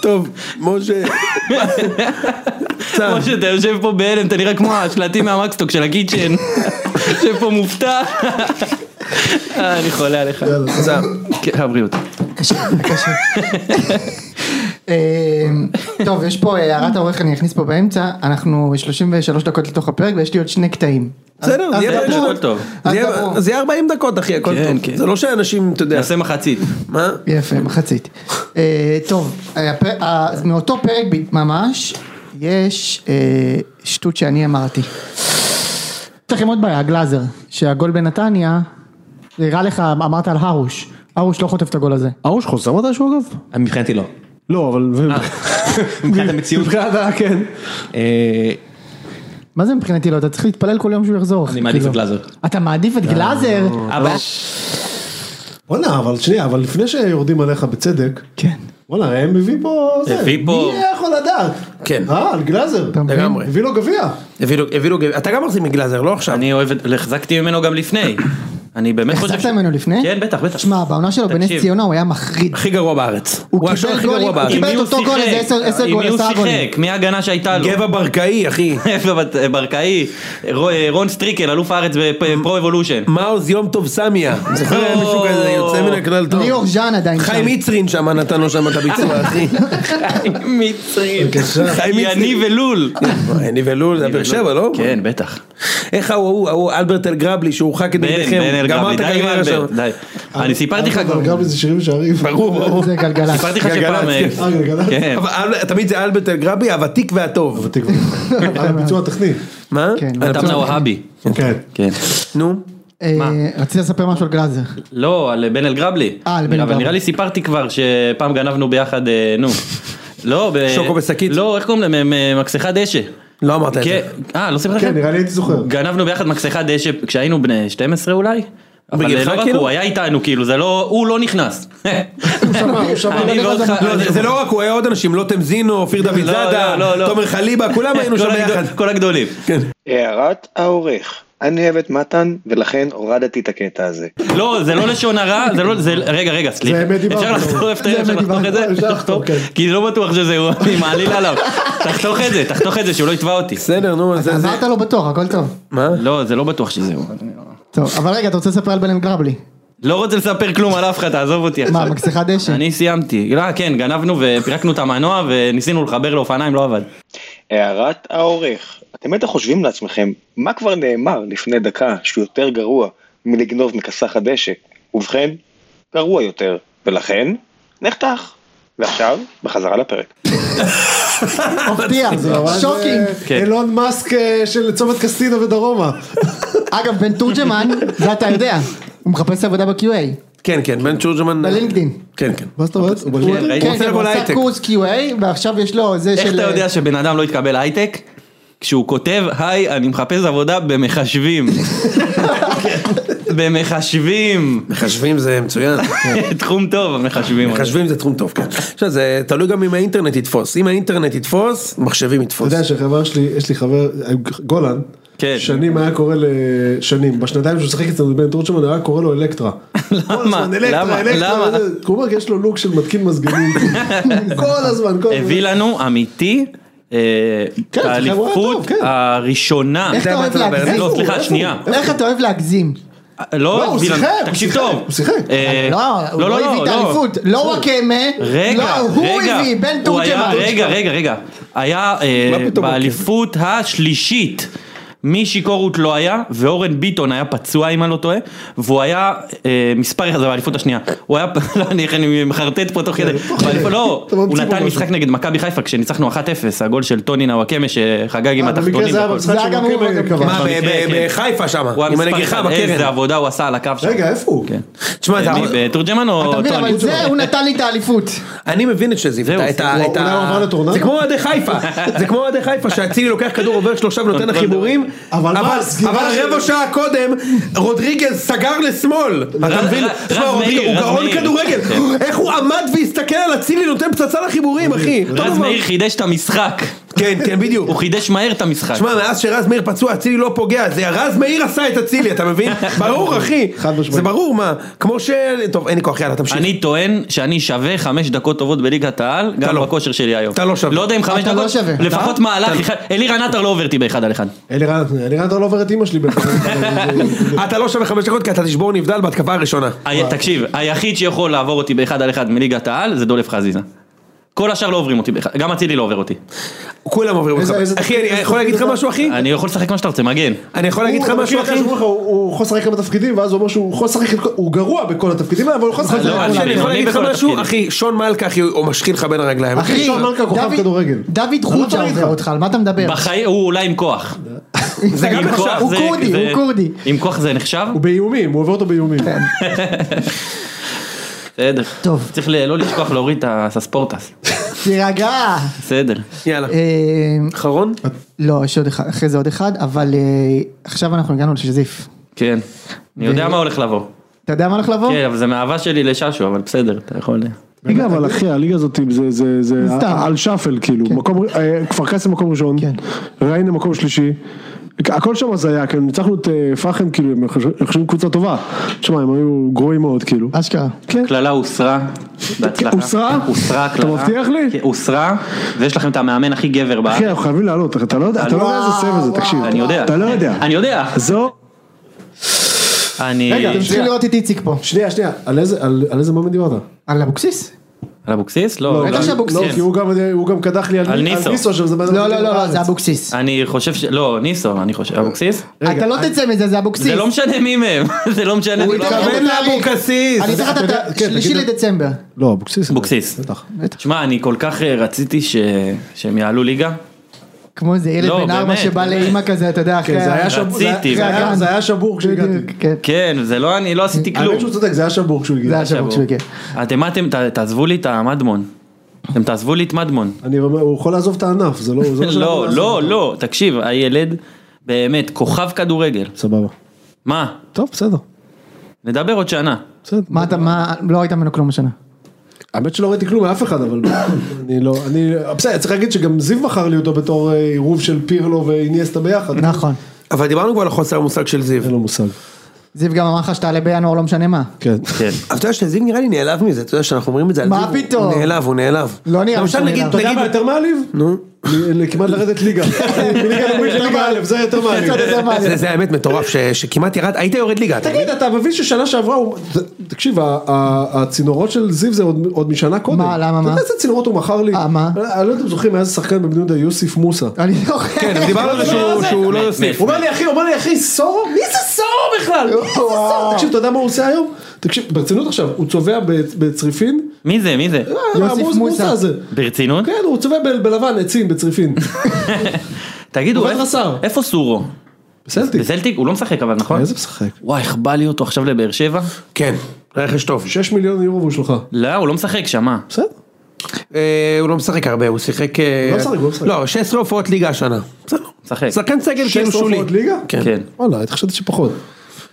Speaker 2: טוב, משה.
Speaker 4: כמו שאתה יושב פה בהלם, אתה נראה כמו השלטים מהמקסטוק של הקיצ'ן. יושב פה מופתע. אה, אני חולה עליך.
Speaker 2: סע.
Speaker 4: כן, הבריאות.
Speaker 1: אמ, טוב, יש פה אה, הערת העורך, אני אכניס פה באמצע, אנחנו 33 דקות לתוך הפרק ויש לי עוד שני קטעים.
Speaker 2: בסדר, זה
Speaker 1: אז
Speaker 2: יהיה
Speaker 1: דברו.
Speaker 2: פשוט.
Speaker 4: הכל טוב.
Speaker 1: אז
Speaker 2: זה יהיה-
Speaker 1: דברו.
Speaker 2: זה יהיה 40 דקות אחי, הכל
Speaker 4: כן,
Speaker 2: טוב.
Speaker 4: כן.
Speaker 2: זה לא שאנשים, אתה יודע.
Speaker 4: נעשה מחצית.
Speaker 2: מה?
Speaker 1: יפה, מחצית. אה, טוב, הפ- ה- אז מאותו פרק ב- ממש, יש אה, שטות שאני אמרתי. יש לכם עוד בעיה, גלאזר, שהגול בנתניה, נראה לך, אמרת על הרוש, הרוש לא חוטף את הגול הזה.
Speaker 9: ארוש חוסם מתישהו אגב?
Speaker 12: מבחינתי לא.
Speaker 9: לא, אבל...
Speaker 12: אה, מבחינת המציאות.
Speaker 9: מבחינת ה... כן.
Speaker 12: אה,
Speaker 1: מה זה מבחינתי לא, אתה צריך להתפלל כל יום שהוא יחזור. אחי,
Speaker 12: מעדיף
Speaker 1: כאילו.
Speaker 12: את גלאזר. אה,
Speaker 1: אתה מעדיף את גלאזר?
Speaker 12: אבל
Speaker 3: בואנה, אבל שנייה, אבל לפני שיורדים עליך בצדק,
Speaker 1: כן.
Speaker 3: וואלה, הם הביא פה... זה.
Speaker 2: הביא פה-
Speaker 3: מי היה יכול לדעת?
Speaker 2: כן.
Speaker 3: אה, על גלאזר.
Speaker 2: לגמרי.
Speaker 3: הביא לו גביע.
Speaker 2: הביא לו- הביא לו גביע, אתה גם מחזיק מגלאזר, לא עכשיו.
Speaker 4: אני אוהב, את- החזקתי ממנו גם לפני. אני באמת חושב...
Speaker 1: החזקת ממנו לפני?
Speaker 4: כן, בטח, בטח.
Speaker 1: שמע, בעונה שלו בנס
Speaker 4: תקשיב.
Speaker 1: ציונה הוא היה מחריד.
Speaker 2: הכי גרוע בארץ.
Speaker 1: הוא קיבל
Speaker 2: לא
Speaker 1: גולים- הוא קיבל את אותו גול איזה עשר- עשר גול, עשרה
Speaker 4: עם מי הוא
Speaker 1: גולים.
Speaker 4: שיחק? מי ההגנה שהייתה לו?
Speaker 2: גבע ברקאי, אחי.
Speaker 4: גבע בת- ברקאי, רו- רון סטריקל, אלוף הארץ בפרו אבולושן.
Speaker 2: מעוז יום טוב סמיה. זוכר היה מישהו כזה יוצא מן הכלל טוב.
Speaker 1: ליאור ז'אן עדיין שם.
Speaker 2: חיים יצרין שם נתן לו שם את הביצוע, אחי.
Speaker 4: מצרים.
Speaker 2: חיים יצרין.
Speaker 4: יניב אלול.
Speaker 2: יניב אה, אלול, זה באר שבע, לא?
Speaker 4: כן, בטח.
Speaker 2: איך ההוא, ההוא, ההוא, אלברט אלגרבלי שהורחק נגדכם.
Speaker 4: בן
Speaker 2: גמר
Speaker 4: אלגרבי,
Speaker 2: את
Speaker 4: די עם
Speaker 2: הקריירה שם.
Speaker 4: אלברט, די. אני סיפרתי לך
Speaker 3: אה, אבל גם איזה שירים שערים.
Speaker 2: ברור, ברור.
Speaker 1: זה גלגלצ.
Speaker 4: סיפרתי לך שפעם...
Speaker 2: גלגלצ, כן.
Speaker 4: אה, כן.
Speaker 2: אבל אל- תמיד זה אלברט אלגרבי, הוותיק והטוב. הוותיק
Speaker 3: ביצוע טכני.
Speaker 2: מה?
Speaker 4: עטמנה והבי.
Speaker 3: כן.
Speaker 4: כן.
Speaker 2: נו.
Speaker 1: אה, רצית לספר משהו על גלאזר.
Speaker 4: לא, על בן אלגרבלי.
Speaker 1: אה, על בן
Speaker 4: אבל
Speaker 1: אלגרבלי.
Speaker 4: נראה לי סיפרתי כבר שפעם גנבנו ביחד, אה, נו. לא, ב...
Speaker 2: שוקו בשקית?
Speaker 4: לא, איך קוראים להם? הם, אה, מקסחת דשא.
Speaker 2: לא אמרת את
Speaker 4: כן,
Speaker 2: זה.
Speaker 4: אה, לא סיפרתי
Speaker 3: כן,
Speaker 4: לכם?
Speaker 3: נראה לי הייתי זוכר.
Speaker 4: גנבנו ביחד מקסחת דשא כשהיינו בני 12 אולי. אבל
Speaker 2: בגילך
Speaker 4: לא רק
Speaker 2: כאילו?
Speaker 4: הוא היה איתנו כאילו זה לא הוא לא נכנס.
Speaker 3: כן.
Speaker 4: אני ועוד ח-
Speaker 2: לא, זה- זה לא רק הוא, היה עוד אנשים, לוטם זינו, אופיר דוד
Speaker 4: לא,
Speaker 2: זאדה,
Speaker 4: לא, לא, לא.
Speaker 2: תומר חליבה, כולם היינו
Speaker 4: כל
Speaker 2: שם
Speaker 4: הגדול-
Speaker 2: ביחד.
Speaker 4: כל הגדולים.
Speaker 13: הערת העורך, אני אוהב את מתן ולכן הורדתי את הקטע הזה.
Speaker 4: לא, זה לא לשון הרע, זה לא, זה, רגע, רגע, סליחה.
Speaker 3: זה אמת דיברנו.
Speaker 4: אפשר לחתוך את זה, אפשר לחתוך את זה, תחתוך, כי לא בטוח שזה הוא, אני מעליל עליו. תחתוך את זה, תחתוך את זה, שהוא לא יתבע אותי.
Speaker 2: בסדר, נו,
Speaker 1: אתה אמרת לו בטוח, הכל טוב.
Speaker 2: מה?
Speaker 4: לא, זה לא בטוח שזה הוא.
Speaker 1: טוב, אבל רגע, אתה רוצה לספר על בן אלגרבלי?
Speaker 4: לא רוצה לספר כלום על אף אחד, תעזוב אותי עכשיו.
Speaker 1: מה, מקסחת דשא?
Speaker 4: אני סיימתי. לא, כן, גנבנו ופירקנו את המנוע וניסינו לחבר לאופניים, לא עבד.
Speaker 13: הערת העורך, אתם בטח חושבים לעצמכם, מה כבר נאמר לפני דקה שהוא יותר גרוע מלגנוב מכסח הדשא? ובכן, גרוע יותר, ולכן, נחתך. ועכשיו, בחזרה לפרק.
Speaker 1: מפתיע,
Speaker 3: זה
Speaker 4: לא-
Speaker 3: ממש,
Speaker 1: שוקינג.
Speaker 3: אה,
Speaker 4: כן.
Speaker 3: אילון מאסק אה, של צומת קסטינה ודרומה.
Speaker 1: אגב, בן תורג'מן, זה אתה יודע, הוא מחפש עבודה ב-QA,
Speaker 4: נכון.
Speaker 2: כן, כן, בן צ'ורג'מן.
Speaker 1: בלינקדאין.
Speaker 2: כן, כן.
Speaker 3: מה זאת אומרת? הוא
Speaker 1: הוא-
Speaker 3: בלינקדאין?
Speaker 1: כן, כן, הוא עשה קורס QA, ועכשיו יש לו זה של... אה,
Speaker 4: איך אתה יודע שבן אדם לא יתקבל הייטק? כשהוא כותב, היי, אני מחפש עבודה במחשבים. במחשבים.
Speaker 2: מחשבים זה מצוין.
Speaker 3: כן.
Speaker 4: תחום טוב, המחשבים.
Speaker 2: מחשבים זה תחום טוב, כן. עכשיו זה תלוי גם אם האינטרנט יתפוס, אם האינטרנט יתפוס, מחשבים
Speaker 3: אתה
Speaker 2: יתפוס.
Speaker 3: יודע שחבר שלי, יש לי חבר, אה, גולן,
Speaker 4: כן.
Speaker 3: שנים היה קורא לשנים, בשנתיים שהוא שיחק אצלנו בן תורג'מן היה קורא לו אלקטרה. כל
Speaker 4: למה?
Speaker 3: הזמן, אלקטרה,
Speaker 4: למה?
Speaker 3: אלקטרה,
Speaker 4: למה?
Speaker 3: זה- הוא אומר, יש לו לוק של מתקין מזגנים, כל הזמן, כל הזמן.
Speaker 4: הביא לנו אמיתי. אה, את
Speaker 3: כן, זה חברה
Speaker 4: האליפות
Speaker 3: טוב, כן.
Speaker 4: הראשונה.
Speaker 1: איך אתה אוהב להגזים?
Speaker 4: לא, סליחה, שנייה.
Speaker 1: איך אתה אוהב להגזים?
Speaker 4: לא,
Speaker 3: הוא
Speaker 4: הביא לנו-
Speaker 3: שיחק, הוא
Speaker 4: תקשיב
Speaker 3: שיחק,
Speaker 4: טוב.
Speaker 3: הוא שיחק.
Speaker 4: אה,
Speaker 1: לא, הוא לא הביא את האליפות, לא וואקמה,
Speaker 4: רגע,
Speaker 1: לא, הוא
Speaker 4: רגע,
Speaker 1: הביא, בן
Speaker 4: הוא היה-
Speaker 1: תורג'מן.
Speaker 4: רגע, רגע, רגע, היה אה,
Speaker 3: מה פתאום
Speaker 4: באליפות השלישית. מישי קורות לא היה, ואורן ביטון היה פצוע אם אני לא טועה, והוא היה אה, מספר אחד, זה באליפות השנייה, הוא היה, לא, אני איך אני מחרטט פה תוך כדי, באליפות- לא,
Speaker 3: אתה ממציא
Speaker 4: הוא
Speaker 3: פה
Speaker 4: נתן
Speaker 3: משהו.
Speaker 4: משחק נגד מכבי חיפה כשניצחנו 1-0, הגול של טוני נוואקמה שחגג עם
Speaker 3: אה, במקרה
Speaker 4: התחתונים,
Speaker 3: זה היה
Speaker 4: והכל.
Speaker 3: במשחק
Speaker 1: זה היה גם הוא,
Speaker 3: שמכבי
Speaker 1: גם
Speaker 3: קבע.
Speaker 2: מה, ב-
Speaker 4: במקרה,
Speaker 2: ב-
Speaker 4: כן.
Speaker 2: בחיפה שם,
Speaker 4: הוא היה
Speaker 2: עם
Speaker 4: מספר
Speaker 2: הנגיחה
Speaker 4: אחד,
Speaker 2: בקרן.
Speaker 4: איזה עבודה הוא עשה על הקו שם.
Speaker 3: רגע, איפה הוא?
Speaker 4: כן.
Speaker 2: תשמע, זה-
Speaker 4: מי, בתורג'מן או
Speaker 1: אתה
Speaker 4: טוני?
Speaker 1: מבין, אבל זה, הוא נתן לי את האליפות.
Speaker 2: אני מבין את שזיו,
Speaker 4: זהו,
Speaker 2: את ה- את
Speaker 3: הוא-
Speaker 2: ה... את
Speaker 3: אולי הוא
Speaker 2: ה-
Speaker 3: עבר לטורנדו?
Speaker 2: זה כמו אוהדי חיפה, זה כמו אוהדי חיפה שהצילי לוקח כדור עובר שלושה ונותן
Speaker 4: טורנדו.
Speaker 2: לחיבורים,
Speaker 3: אבל מה,
Speaker 2: אבל
Speaker 3: הסגירה
Speaker 2: אבל
Speaker 3: של-
Speaker 2: רבע שעה קודם רודריגז סגר לשמאל, אתה
Speaker 4: רז-
Speaker 2: מבין?
Speaker 4: רז-
Speaker 2: תשמע,
Speaker 4: רז
Speaker 2: רודריגז
Speaker 4: מאיר,
Speaker 2: הוא
Speaker 4: רז
Speaker 2: גאון
Speaker 4: מאיר.
Speaker 2: כדורגל, איך הוא עמד והסתכל על אצילי נותן פצצה לחיבורים אחי, טוב,
Speaker 4: רז
Speaker 2: אבל-
Speaker 4: מאיר חידש את המשחק.
Speaker 2: כן כן בדיוק,
Speaker 4: הוא חידש מהר את המשחק.
Speaker 2: שמע מאז שרז מאיר פצוע אצילי לא פוגע, זה רז מאיר עשה את אצילי אתה מבין? ברור אחי,
Speaker 3: חד משמעית.
Speaker 2: זה ברור מה, כמו ש... טוב אין לי כוח יאללה תמשיך,
Speaker 4: אני טוען שאני שווה חמש דקות טובות בליגת העל, גם
Speaker 2: לא.
Speaker 4: בכושר שלי היום.
Speaker 2: אתה לא שווה.
Speaker 4: לא יודע אם חמש
Speaker 1: אתה
Speaker 4: דקות,
Speaker 1: לא שווה.
Speaker 4: לפחות מהלך אחד, אלירן עטר לא עובר אותי באחד על אחד.
Speaker 3: אלירן, אלירן אתה לא עובר את אימא שלי בטח.
Speaker 2: אתה לא שווה חמש דקות כי אתה תשבור נבדל בהתקפה הראשונה,
Speaker 4: היה- תקשיב, היחיד שיכול לעבור אותי באחד על אחד מליגת העל זה דולף חזיזה. כל השאר לא עוברים אותי, באחד- גם אצילי לא עובר אותי.
Speaker 2: כולם עוברים אותך,
Speaker 3: איזה- איזה-
Speaker 2: אחי אני
Speaker 3: איזה
Speaker 2: יכול להגיד לך
Speaker 3: תפקיד
Speaker 2: משהו אחי?
Speaker 4: אני יכול לשחק מה שאתה רוצה, מגן.
Speaker 2: אני יכול להגיד לך
Speaker 3: הוא-
Speaker 2: משהו
Speaker 3: אתה מכיר
Speaker 2: אחי?
Speaker 3: שאומרים לך, הוא- הוא יכול לשחק כמה תפקידים ואז הוא אומר שהוא יכול לשחק, את כל- הוא גרוע בכל התפקידים האלה אבל הוא יכול לשחק, את
Speaker 4: לא,
Speaker 3: כל
Speaker 4: אני-
Speaker 2: אני
Speaker 3: התפקידים.
Speaker 2: יכול להגיד לך
Speaker 4: בכל
Speaker 2: משהו?
Speaker 4: התפקידים.
Speaker 2: אחי, שון מלכה אחי, הוא משחיל לך בין הרגליים.
Speaker 1: אחי,
Speaker 3: שון מלכה כוכב
Speaker 1: דוד-
Speaker 3: כדורגל.
Speaker 1: דוד חוג'ה
Speaker 3: תגיד
Speaker 1: עובר
Speaker 3: לך.
Speaker 1: אותך, על מה אתה מדבר?
Speaker 4: בחיי, הוא אולי עם כוח.
Speaker 1: זה
Speaker 4: עם
Speaker 1: גם
Speaker 4: כוח
Speaker 1: עכשיו, כן. הוא
Speaker 4: זה-
Speaker 1: כורדי,
Speaker 4: זה-
Speaker 1: הוא כורדי.
Speaker 4: עם כוח זה נחשב?
Speaker 3: הוא באיומים, הוא עובר אותו באיומים.
Speaker 4: בסדר.
Speaker 1: טוב.
Speaker 4: צריך ל- לא לשכוח להוריד את הספורטס.
Speaker 1: תירגע.
Speaker 4: בסדר.
Speaker 2: יאללה.
Speaker 1: אה,
Speaker 2: אחרון?
Speaker 1: לא, יש עוד אחד, אחרי זה עוד אחד, אבל אה, עכשיו אנחנו הגענו לשזיף.
Speaker 4: כן. אני יודע
Speaker 1: ו-
Speaker 4: מה הולך לבוא.
Speaker 1: אתה יודע מה הולך לבוא?
Speaker 4: כן, אבל זה מאהבה שלי לששו, אבל בסדר, אתה יכול...
Speaker 3: ליגה אבל אחי, הליגה הזאת זה- זה זה כן.
Speaker 1: סתם.
Speaker 3: על שאפל כאילו, מקום ר- אה, כפר קאסם מקום ראשון, ריינה מקום שלישי, הכל שם הזיה, כאילו ניצחנו את אה, פחם כאילו, הם חושב- הם חושבים קבוצה טובה, תשמע הם היו גרועים מאוד כאילו,
Speaker 4: אה,
Speaker 1: אשכרה,
Speaker 4: קללה הוסרה, בהצלחה.
Speaker 3: הוסרה?
Speaker 4: הוסרה
Speaker 3: אתה
Speaker 4: קללה.
Speaker 3: מבטיח
Speaker 4: לי? הוסרה, ויש לכם את המאמן הכי גבר בארץ.
Speaker 3: אחי אנחנו חייבים לעלות, אתה לא יודע אתה לא יודע איזה סבב זה, תקשיב,
Speaker 4: אני יודע.
Speaker 3: אתה לא יודע,
Speaker 4: אני יודע.
Speaker 3: זו...
Speaker 4: אני...
Speaker 1: לראות את איציק פה,
Speaker 3: שנייה שנייה, על איזה- על על איזה מאמן דיברת?
Speaker 1: על אבוקסיס?
Speaker 4: על אבוקסיס? לא.
Speaker 3: לא,
Speaker 4: לא,
Speaker 3: לא, כי הוא גם- הוא גם קדח לי על
Speaker 4: על
Speaker 3: על
Speaker 4: ניסו.
Speaker 3: ניסו, שזה בן אדם
Speaker 1: לא, לא,
Speaker 3: הכי
Speaker 1: לא,
Speaker 3: טוב
Speaker 1: לא,
Speaker 3: בארץ.
Speaker 1: זה אבוקסיס,
Speaker 4: אני חושב ש... לא, ניסו, אני חושב. אבוקסיס?
Speaker 1: אתה לא תצא מזה, זה אבוקסיס,
Speaker 4: זה לא משנה מי מהם. זה לא משנה.
Speaker 1: הוא
Speaker 4: זה לא-
Speaker 1: התכוון
Speaker 2: לאבוקסיס,
Speaker 1: אני צריך לתת
Speaker 3: כן, תגיד
Speaker 1: שלישי
Speaker 3: לו.
Speaker 1: לדצמבר,
Speaker 3: לא, אבוקסיס.
Speaker 4: אבוקסיס. שמע, אני כל כך אה, רציתי ש- שהם יעלו ליגה.
Speaker 1: כמו איזה ילד
Speaker 4: לא,
Speaker 1: בן ארבע
Speaker 4: באמת,
Speaker 1: שבא
Speaker 4: באמת.
Speaker 1: לאימא כזה, אתה יודע, אחרי
Speaker 4: זה היה
Speaker 1: ה-
Speaker 4: שבור-
Speaker 1: אחרי
Speaker 4: רציתי, זה היה-
Speaker 1: הגן.
Speaker 3: זה היה שבור כשהגעתי.
Speaker 4: כן, זה לא אני, לא עשיתי כלום.
Speaker 3: האמת שהוא כן. צודק, זה היה שבור כשהוא הגיע.
Speaker 1: זה היה שבור כשהוא הגיע.
Speaker 4: אתם מה אתם, ת- תעזבו לי את המדמון. אתם תעזבו לי את מדמון.
Speaker 3: אני אומר, הוא יכול לעזוב את הענף, זה לא... זה מה שאנחנו
Speaker 4: לא,
Speaker 3: נעשה.
Speaker 4: לא, לא, תקשיב, הילד באמת כוכב כדורגל.
Speaker 3: סבבה.
Speaker 4: מה?
Speaker 3: טוב, בסדר.
Speaker 4: נדבר עוד שנה.
Speaker 1: מה אתה, מה, לא ראית ממנו כלום השנה,
Speaker 3: האמת שלא ראיתי כלום מאף אחד, אבל אני לא, אני, בסדר, צריך להגיד שגם זיו מכר לי אותו בתור אה, עירוב של פירלו ואיניאסטה ביחד.
Speaker 1: נכון.
Speaker 2: אבל דיברנו כבר על חוסר המושג של זיו. אין
Speaker 3: לו מושג.
Speaker 1: זיו גם אמר לך שתעלה בינואר לא משנה מה,
Speaker 3: כן.
Speaker 4: כן.
Speaker 2: אבל אתה יודע שזיו נראה לי נעלב מזה, אתה יודע שאנחנו אומרים את זה על זיו.
Speaker 1: מה
Speaker 2: הוא-
Speaker 1: פתאום?
Speaker 2: הוא נעלב, הוא נעלב.
Speaker 1: לא נראה לי
Speaker 2: למשל
Speaker 1: שהוא
Speaker 2: נגיד,
Speaker 1: נעלב.
Speaker 3: אתה יודע מה
Speaker 2: נגיד,
Speaker 3: יותר מעליב?
Speaker 2: נו.
Speaker 3: ל- ל- כמעט לרדת ליגה. מליגה לאומית לליגה א', זה יותר מעליב.
Speaker 2: זה- זה האמת מטורף, ש- שכמעט ירד, היית יורד ליגה. אתה
Speaker 3: תגיד, אתה מבין ששנה שעברה, הוא- ת- תקשיב, ה- ה- הצינורות של זיו זה עוד עוד משנה קודם.
Speaker 1: מה, למה,
Speaker 3: אתה
Speaker 1: מה?
Speaker 3: יודע איזה צינורות הוא מכר לי? אה, מה? אני לא יודע אם זוכרים, היה איזה שחקן בבני יהודה, יוסיף מוסא.
Speaker 1: אני לא
Speaker 2: כן, דיברנו על זה שהוא- שהוא לא יוסיף.
Speaker 3: הוא אומר לי אחי, הוא אומר לי אחי, סורו? מי זה סורו בכלל? מי זה סורו? תקשיב, אתה יודע מה הוא עושה היום? תקשיב, ברצינות עכשיו, הוא צובע בצ- בצריפין.
Speaker 4: מי זה? מי זה?
Speaker 3: המוס- מוסא הזה.
Speaker 4: ברצינות?
Speaker 3: כן, הוא צובע ב- בלבן עצים בצריפין.
Speaker 4: תגידו,
Speaker 3: עובד
Speaker 4: איפה-
Speaker 3: רס"ר.
Speaker 4: איפה סורו?
Speaker 3: בסלטיק.
Speaker 4: בסלטיק? הוא לא משחק אבל, נכון?
Speaker 3: איזה משחק?
Speaker 4: וואי, איך בא לי אותו עכשיו לבאר שבע?
Speaker 2: כן, רכש טוב.
Speaker 3: 6 מיליון יורו והוא שלך.
Speaker 4: לא, הוא לא משחק שם, מה?
Speaker 3: בסדר.
Speaker 2: אה, הוא לא משחק הרבה, הוא שיחק... אה,
Speaker 3: לא משחק, הוא לא משחק.
Speaker 2: לא, 16 הופעות ליגה השנה. בסדר.
Speaker 4: משחק.
Speaker 2: שחקן סגל כאילו שולי.
Speaker 3: ליגה?
Speaker 2: כן.
Speaker 3: וואלה, הייתי חשבתי שפחות.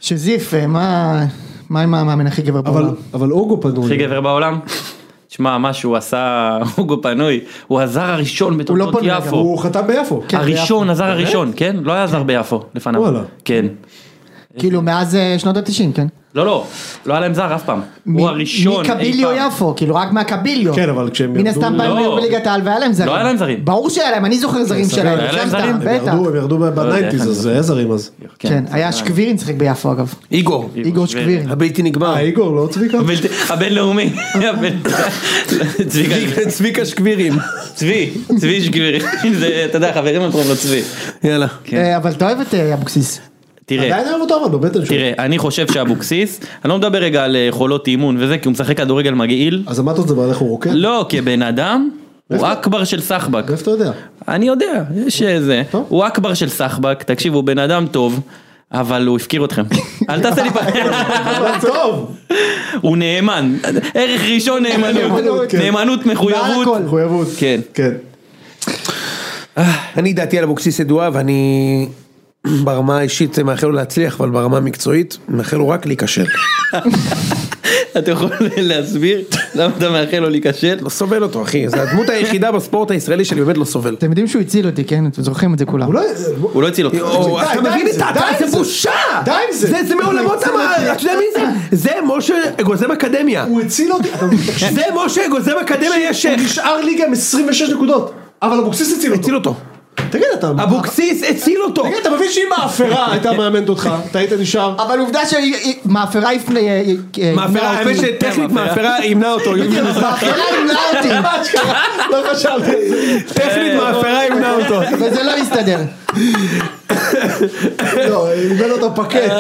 Speaker 1: שזיף, אה, מה, מה עם המאמן הכי גבר בעולם,
Speaker 3: אבל אוגו פנוי.
Speaker 4: הכי גבר בעולם? תשמע, מה שהוא עשה, הוגו פנוי, הוא הזר הראשון בתולדות
Speaker 3: לא פנוי, אגב,
Speaker 4: יפו.
Speaker 3: הוא חתם ביפו.
Speaker 4: הראשון, הזר הראשון, כן? לא היה זר ביפו לפניו.
Speaker 3: וואלה.
Speaker 4: כן.
Speaker 1: כאילו מאז אה, שנות התשעים, כן,
Speaker 4: לא, לא, לא היה להם זר אף פעם.
Speaker 1: מ-
Speaker 4: הוא הראשון. אי
Speaker 1: מקביליו
Speaker 4: פעם.
Speaker 1: יפו, כאילו רק מהקביליו,
Speaker 3: כן, אבל כשהם
Speaker 1: מן
Speaker 3: ירדו-
Speaker 1: הסתם בהם
Speaker 4: לא.
Speaker 1: היו בליגת העל והיה להם זרים,
Speaker 4: היה להם זרים.
Speaker 1: ברור שהיה להם, אני זוכר זרים שלהם,
Speaker 4: היה להם
Speaker 1: הגזמת,
Speaker 4: זרים.
Speaker 3: הם
Speaker 1: בטח,
Speaker 3: ירדו- הם ירדו בניינטיז,
Speaker 4: לא
Speaker 3: אז
Speaker 4: איך
Speaker 3: אה, זה היה זרים אז.
Speaker 1: כן, היה שקבירין שיחק ביפו אגב,
Speaker 2: איגור.
Speaker 1: איגור שקבירין,
Speaker 2: הבלתי נגמר.
Speaker 3: אה, איגור, לא צביקה?
Speaker 4: הבלתי- הבינלאומי. הבין- צביקה-
Speaker 2: צביקה שקבירים.
Speaker 4: צבי, צבי שגביר. זה, אתה יודע, חברים הם קוראים לו צבי.
Speaker 2: יאללה.
Speaker 1: אה, אבל אתה אוהב את אה, אבוקסיס,
Speaker 4: תראה.
Speaker 3: עדיין אוהב אותו אבל, בבטן שלו.
Speaker 4: תראה, אני חושב שאבוקסיס, אני לא מדבר רגע על אה, יכולות אימון וזה, כי הוא משחק כדורגל מגעיל.
Speaker 3: אז אמרת את זה, אבל איך הוא רוקד?
Speaker 4: לא, כבן אדם, הוא אכבר של סחבק.
Speaker 3: איפה אתה יודע?
Speaker 4: אני יודע, יש איזה. הוא אכבר של סחבק, תקשיב, הוא בן אדם טוב, אבל הוא הפקיר אתכם. אל תעשה לי פעם.
Speaker 3: אבל טוב!
Speaker 4: הוא נאמן. ערך ראשון נאמנות.
Speaker 3: כן.
Speaker 4: נאמנות, מחויבות.
Speaker 3: מחויבות.
Speaker 4: כן.
Speaker 3: כן.
Speaker 2: אני דעתי על אבוקסיס ידועה ואני ברמה האישית מאחל לו להצליח, אבל ברמה המקצועית מאחל לו רק להיכשל.
Speaker 4: אתה יכול להסביר למה אתה מאחל לו להיכשל?
Speaker 2: לא סובל אותו אחי, זו הדמות היחידה בספורט הישראלי שאני באמת לא סובל.
Speaker 1: אתם יודעים שהוא הציל אותי, כן, אתם זוכרים את זה כולם,
Speaker 3: אולי...
Speaker 4: הוא לא הציל אותך.
Speaker 2: או,
Speaker 3: די,
Speaker 2: אתה
Speaker 3: די
Speaker 2: מבין
Speaker 3: עם
Speaker 2: את
Speaker 3: זה,
Speaker 2: זה,
Speaker 3: די עם
Speaker 2: זה
Speaker 3: זה.
Speaker 2: בושה!
Speaker 3: די עם זה.
Speaker 2: זה מעולמות
Speaker 3: הוא
Speaker 2: המ...
Speaker 3: הציל
Speaker 2: אתה יודע מי זה? זה משה גוזם אקדמיה.
Speaker 3: הוא הציל אותי. אתה מבין?
Speaker 2: זה משה גוזם אקדמיה יש
Speaker 3: הוא
Speaker 2: שייח.
Speaker 3: נשאר ליגה עם 26 נקודות. אבל אבוקסיס הציל
Speaker 2: הציל
Speaker 3: אותו.
Speaker 2: אותו.
Speaker 3: תגיד, אתה...
Speaker 2: אבוקסיס הציל אותו.
Speaker 3: תגיד, אתה מבין שאם האפרה הייתה מאמנת אותך, אתה היית נשאר?
Speaker 1: אבל עובדה שמאפרה לפני, אה, אה,
Speaker 2: מאפרה,
Speaker 1: אה,
Speaker 2: האמת שטכנית מאפרה ימנע אותו.
Speaker 1: מאפרה ימנע אותי,
Speaker 3: לא חשבתי.
Speaker 2: טכנית
Speaker 4: אה.
Speaker 2: מאפרה ימנע אותו.
Speaker 1: וזה לא הסתדר,
Speaker 3: לא, איבד אותו פקט.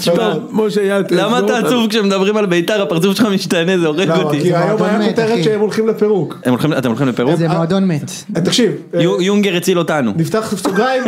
Speaker 4: תשמע,
Speaker 2: משה יאללה.
Speaker 4: למה אתה עצוב כשמדברים על בית"ר? הפרצוף שלך משתנה, זה הורג
Speaker 3: למה?
Speaker 4: אותי.
Speaker 3: לא, כי היום
Speaker 1: מועדון
Speaker 3: היה
Speaker 1: מת,
Speaker 3: כותרת
Speaker 1: אחי.
Speaker 3: שהם הולכים לפירוק.
Speaker 4: הם הולכים- אתם הולכים לפירוק?
Speaker 1: זה מועדון מת,
Speaker 3: אה, תקשיב, אה,
Speaker 4: יו- יונגר הציל אותנו.
Speaker 3: נפתח סוגריים,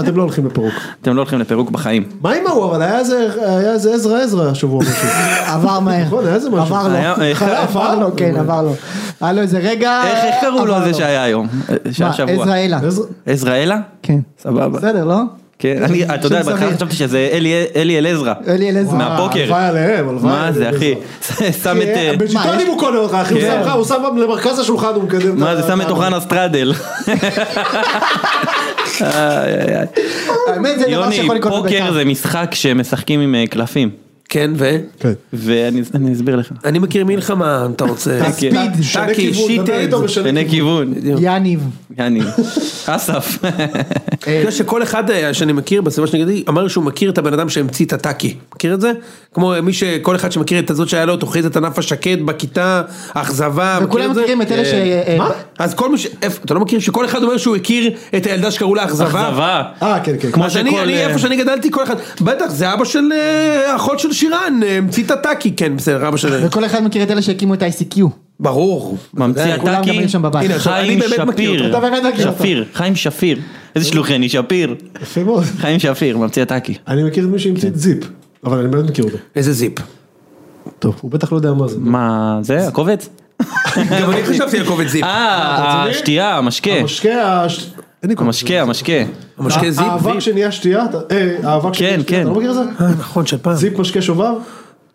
Speaker 3: אתם לא הולכים לפירוק.
Speaker 4: אתם לא הולכים לפירוק בחיים.
Speaker 3: מה עם ההוא? אבל היה איזה- היה איזה עזרא עזרא השבוע משהו.
Speaker 1: עבר מהר,
Speaker 3: נכון, היה איזה משהו.
Speaker 1: עבר
Speaker 4: היה-
Speaker 1: לו,
Speaker 4: חלף,
Speaker 1: עבר לו, כן, עבר לו, היה לו איזה רגע,
Speaker 4: איך איך קראו לו
Speaker 1: עבר
Speaker 4: זה שהיה היום? שהיה
Speaker 1: אה, לא. מה,
Speaker 4: שבוע.
Speaker 1: עזרא אלה,
Speaker 3: עזרא-
Speaker 4: עזרא אלה?
Speaker 1: כן,
Speaker 4: סבבה.
Speaker 1: בסדר לא?
Speaker 4: כן, אני, אתה יודע, בהתחלה חשבתי שזה אלי- אלי אלעזרה.
Speaker 1: אלי אלעזרה.
Speaker 4: מהפוקר.
Speaker 3: הלוואי עליהם, הלוואי
Speaker 4: כן. מה זה,
Speaker 3: עליהם.
Speaker 4: אחי?
Speaker 2: לא.
Speaker 4: שם את... אה,
Speaker 3: בג'יטונים הוא קונה אותך, אחי, הוא
Speaker 4: כן.
Speaker 3: שם לך- הוא שם למרכז השולחן, הוא מקדם את
Speaker 4: מה
Speaker 3: ה-
Speaker 4: זה, שם את אוחנה סטרדל. איי, איי, איי.
Speaker 1: האמת
Speaker 2: לא
Speaker 1: זה דבר
Speaker 4: יוני,
Speaker 1: שיכול לקרות
Speaker 4: פוקר
Speaker 1: בבית"ר.
Speaker 4: זה משחק שמשחקים עם אה, קלפים.
Speaker 2: כן, ו?
Speaker 4: ואני אני אסביר לך.
Speaker 2: אני מכיר מלחמה, אתה רוצה...
Speaker 4: הספיד.
Speaker 1: שנה
Speaker 2: טאקי,
Speaker 1: כיוון, דבר
Speaker 2: שיטד.
Speaker 1: איתו בשנה
Speaker 4: שני כיוון.
Speaker 1: יניב.
Speaker 4: יניב. אסף.
Speaker 2: אתה יודע שכל אחד אה, שאני מכיר בסביבה שנגדי אמר שהוא מכיר את הבן אדם שהמציא את הטאקי, מכיר את זה? כמו אה, מי שכל אחד שמכיר את הזאת שהיה לו תוכנית את ענף השקד בכיתה, אכזבה, מכיר
Speaker 1: וכולם
Speaker 2: את זה?
Speaker 1: מכירים את אלה
Speaker 2: כן.
Speaker 1: ש- אה,
Speaker 2: מה?
Speaker 1: אה,
Speaker 2: אז כל מי ש... איפה- אתה לא מכיר שכל אחד אומר שהוא הכיר את הילדה שקראו לה אכזבה?
Speaker 4: אכזבה.
Speaker 3: אה, כן, כן.
Speaker 2: כמו
Speaker 4: כמו
Speaker 2: אז אני,
Speaker 4: שכל,
Speaker 2: אני
Speaker 4: אה,
Speaker 2: איפה שאני גדלתי, כל אחד, בטח, זה אבא של, אה, אחות של שירן, אה, המציא את הטאקי, כן, בסדר, אבא של...
Speaker 1: וכל אחד מכיר את אלה שהקימו את ה-ICQ.
Speaker 2: אה. ברור.
Speaker 4: ממציא
Speaker 2: אה,
Speaker 1: כולם
Speaker 4: הטאקי,
Speaker 1: גרים שם בבית.
Speaker 2: הנה, עכשיו, אני
Speaker 4: חיים
Speaker 2: באמת מכיר אותו.
Speaker 4: שפיר,
Speaker 1: אתה באמת מכיר אותו.
Speaker 4: שפיר, חיים שפיר, איזה שלוחני, שפיר,
Speaker 3: יפה מאוד.
Speaker 4: חיים שפיר, ממציא הטאקי.
Speaker 3: אני מכיר את מי שהמציא את זיפ, אבל אני באמת מכיר אותו.
Speaker 2: איזה זיפ.
Speaker 3: טוב, הוא בטח לא יודע מה זה.
Speaker 4: מה זה, הקובץ?
Speaker 2: אה, גם אני חשבתי על קובץ זיפ.
Speaker 4: אה, השתייה, המשקה,
Speaker 3: המשקה, ה- אין לי כל-
Speaker 4: המשקה, המשקה.
Speaker 2: המשקה זיפ,
Speaker 3: אה, האבק
Speaker 2: זיפ.
Speaker 3: שנהיה שתייה, אתה- אה, האבק שנהיה
Speaker 4: כן,
Speaker 3: שתייה,
Speaker 4: כן.
Speaker 3: אתה לא מכיר את זה?
Speaker 2: אה, נכון, של פעם.
Speaker 3: זיפ משקה שובב?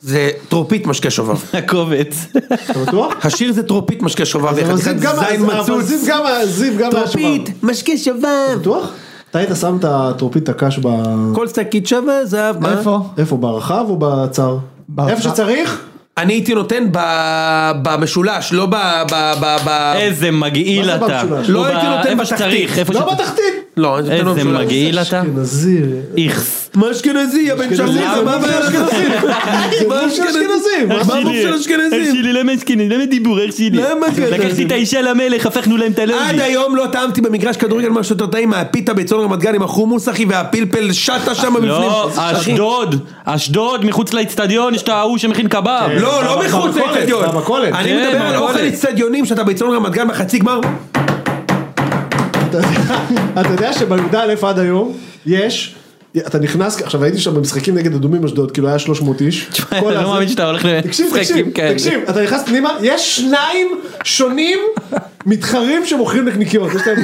Speaker 2: זה טרופית משקה שובב.
Speaker 4: הקובץ.
Speaker 3: אתה בטוח?
Speaker 2: השיר זה טרופית משקה שובב,
Speaker 3: אבל
Speaker 2: וחתיכת
Speaker 3: זיפ גם-
Speaker 2: זין
Speaker 3: אבל
Speaker 2: מצוץ.
Speaker 3: זיפ גם ה- זיפ גם היה שובב.
Speaker 2: טרופית, משקה שובב.
Speaker 3: בטוח? אתה היית שם את הטרופית הקש ב... אה?
Speaker 2: כל שקית שווה זהב, מה?
Speaker 1: איפה?
Speaker 3: איפה, ברחב או בצר?
Speaker 1: ברחב.
Speaker 3: איפה שצריך?
Speaker 2: אני הייתי נותן ב- במשולש, לא ב... ב- ב- ב-
Speaker 4: איזה מגעיל
Speaker 3: מה זה
Speaker 4: אתה.
Speaker 3: במשולש?
Speaker 2: לא
Speaker 4: הוא
Speaker 2: הייתי
Speaker 4: ב-
Speaker 2: נותן
Speaker 4: איפה
Speaker 2: בתחתית.
Speaker 4: שצריך, איפה
Speaker 3: לא
Speaker 4: שצריך.
Speaker 3: בתחתית!
Speaker 2: לא, אני נותן לו
Speaker 4: איזה
Speaker 2: משולש.
Speaker 4: מגעיל אתה.
Speaker 3: נזיר.
Speaker 4: איכס.
Speaker 2: מה אשכנזי, יא בן
Speaker 3: אשכנזי,
Speaker 2: שלי,
Speaker 3: זה
Speaker 2: מה
Speaker 3: גוף של
Speaker 2: הבעיה?
Speaker 3: אשכנזים. זה גוף של אשכנזים.
Speaker 2: מה הבעיה של אשכנזים?
Speaker 4: למה אשכנזים? למה דיבור, איך שלי?
Speaker 2: למה אשכנזים?
Speaker 4: לקחתי את האישה למלך, הפכנו להם את
Speaker 2: עד
Speaker 4: הלוי.
Speaker 2: היום לא טעמתי במגרש כדורגל משהו יותר טעים מהפיתה בצאן רמת גן עם החומוס אחי והפלפל שטה שם בפנים.
Speaker 4: לא,
Speaker 2: אחי,
Speaker 4: אשדוד, אשדוד, מחוץ לאצטדיון, יש את ההוא שמכין קבב.
Speaker 3: כן.
Speaker 2: לא, לא מחוץ
Speaker 3: במכולת,
Speaker 2: לאצטדיון.
Speaker 3: במכולת.
Speaker 2: אני
Speaker 4: כן,
Speaker 2: מדבר על
Speaker 4: במכולת.
Speaker 2: אוכל אצטדיונים שאתה בצאן רמת גן בחצי גמר.
Speaker 3: אתה יודע- אתה יודע שבי"א עד היום יש, אתה נכנס, עכשיו הייתי שם במשחקים נגד אדומים אשדוד, כאילו היה 300 איש.
Speaker 4: תשמע,
Speaker 3: כל
Speaker 4: אני
Speaker 3: הזה-
Speaker 4: לא מאמין שאתה הולך
Speaker 3: תקשיב,
Speaker 4: למשחקים
Speaker 3: תקשיב,
Speaker 4: כאלה.
Speaker 3: תקשיב, אתה נכנס פנימה, יש שניים שונים מתחרים שמוכרים נקניקיות, יש להם,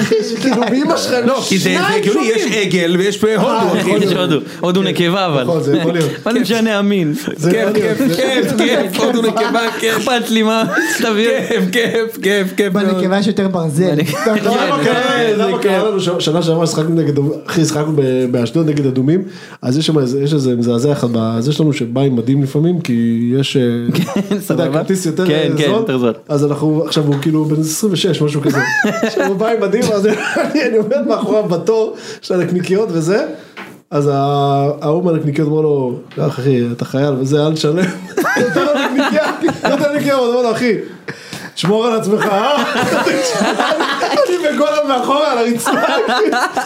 Speaker 3: אחי, כאילו, באמא שלך,
Speaker 2: לא, כי זה זה
Speaker 3: שניים
Speaker 2: הגיוני, יש
Speaker 3: שונים.
Speaker 2: עגל ויש פה הודו אחי.
Speaker 4: יש הודו, הודו נקבה אבל.
Speaker 3: נכון, זה יכול להיות.
Speaker 4: מה זה משנה המין?
Speaker 3: זה
Speaker 2: כיף,
Speaker 3: יכול להיות, כן.
Speaker 2: כיף,
Speaker 3: זה-
Speaker 2: כיף, כיף, הודו כן, נקבה, כן, כיף,
Speaker 4: אכפת לי מה, תביא.
Speaker 2: כיף, כיף, כיף, כיף. כן, מאוד.
Speaker 1: בנקבה יש יותר ברזל.
Speaker 3: אתה יודע
Speaker 4: כן,
Speaker 3: מה קרה- אתה יודע מה קרה לנו ש- שנה שעברה שחקנו נגד, אחי שחקנו ב- באשדוד נגד אדומים, אז יש שם איזה- יש איזה מזעזע אחד, ב- זה שלנו שבא עם מדים לפעמים, כי יש, אה,
Speaker 4: כן.
Speaker 3: אתה יודע,
Speaker 4: סבבה.
Speaker 3: כרטיס יותר
Speaker 4: כן,
Speaker 3: אה,
Speaker 4: כן, יותר זול.
Speaker 3: אז אנחנו, עכשיו הוא כאילו בן 26, משהו כזה, עכשיו הוא בא עם מדים, אז אני אני עומד מאחוריו בתור של הנקניקיות וזה. אז ה- ההוא מהנקניקיות אומר לו, "לא, אחי, אתה חייל וזה, אל תשלם. נותן לו נקניקיה, נותן לו נקניקיה, הוא אומר לו, אחי, שמור על עצמך, אה? אני בגולה מאחורה על הרצפה,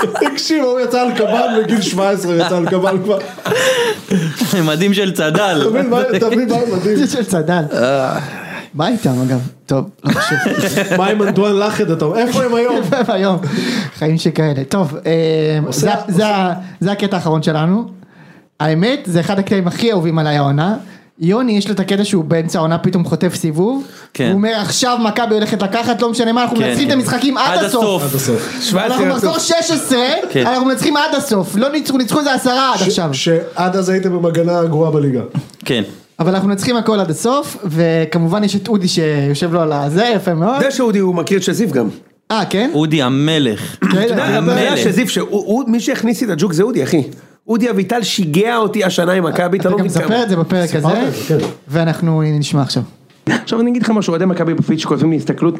Speaker 3: תקשיב, הוא יצא על קבל בגיל 17, הוא יצא על קבל כבר,
Speaker 4: מדים של צד"ל.
Speaker 3: אתה מבין מה- אתה מבין מה עם מדהים,
Speaker 1: זה של צד"ל.
Speaker 4: אה.
Speaker 1: מה איתם אגב? טוב, לא חשוב.
Speaker 3: מה עם אנטואן לחד, אתה אומר, איפה הם היום?
Speaker 1: יפה והיום. חיים שכאלה. טוב, אה, זה- זה ה- זה הקטע האחרון שלנו. האמת, זה אחד הקטעים הכי אהובים עליי העונה. יוני יש לו את הקטע שהוא באמצע העונה פתאום חוטף סיבוב.
Speaker 4: כן.
Speaker 1: הוא אומר עכשיו מכבי הולכת לקחת לא משנה מה אנחנו
Speaker 4: כן.
Speaker 1: מנצחים את המשחקים עד הסוף.
Speaker 3: עד הסוף.
Speaker 1: אנחנו מחזור 16
Speaker 4: כן.
Speaker 1: אנחנו מנצחים עד הסוף לא ניצחו ניצחו איזה עשרה עד עכשיו.
Speaker 3: ש- שעד אז הייתם עם הגנה הגרועה בליגה.
Speaker 4: כן.
Speaker 1: אבל אנחנו מנצחים הכל עד הסוף וכמובן יש את אודי שיושב לו על הזה יפה מאוד.
Speaker 2: זה שאודי הוא מכיר את של זיו גם.
Speaker 1: אה כן?
Speaker 4: אודי המלך.
Speaker 2: אתה יודע, הבעיה של זיו, שהוא- הוא- מי שהכניס לי את הג'וק זה אודי אחי. אודי אביטל שיגע אותי השנה עם מכבי, אתה
Speaker 1: אתה
Speaker 2: לא
Speaker 1: גם
Speaker 2: מבין כמה.
Speaker 1: מספר את זה בפרק הזה
Speaker 3: את זה, כן.
Speaker 1: ואנחנו הנה, נשמע עכשיו.
Speaker 9: עכשיו אני אגיד לך משהו, אוהדי מכבי בפיד שכותבים לי הסתכלות,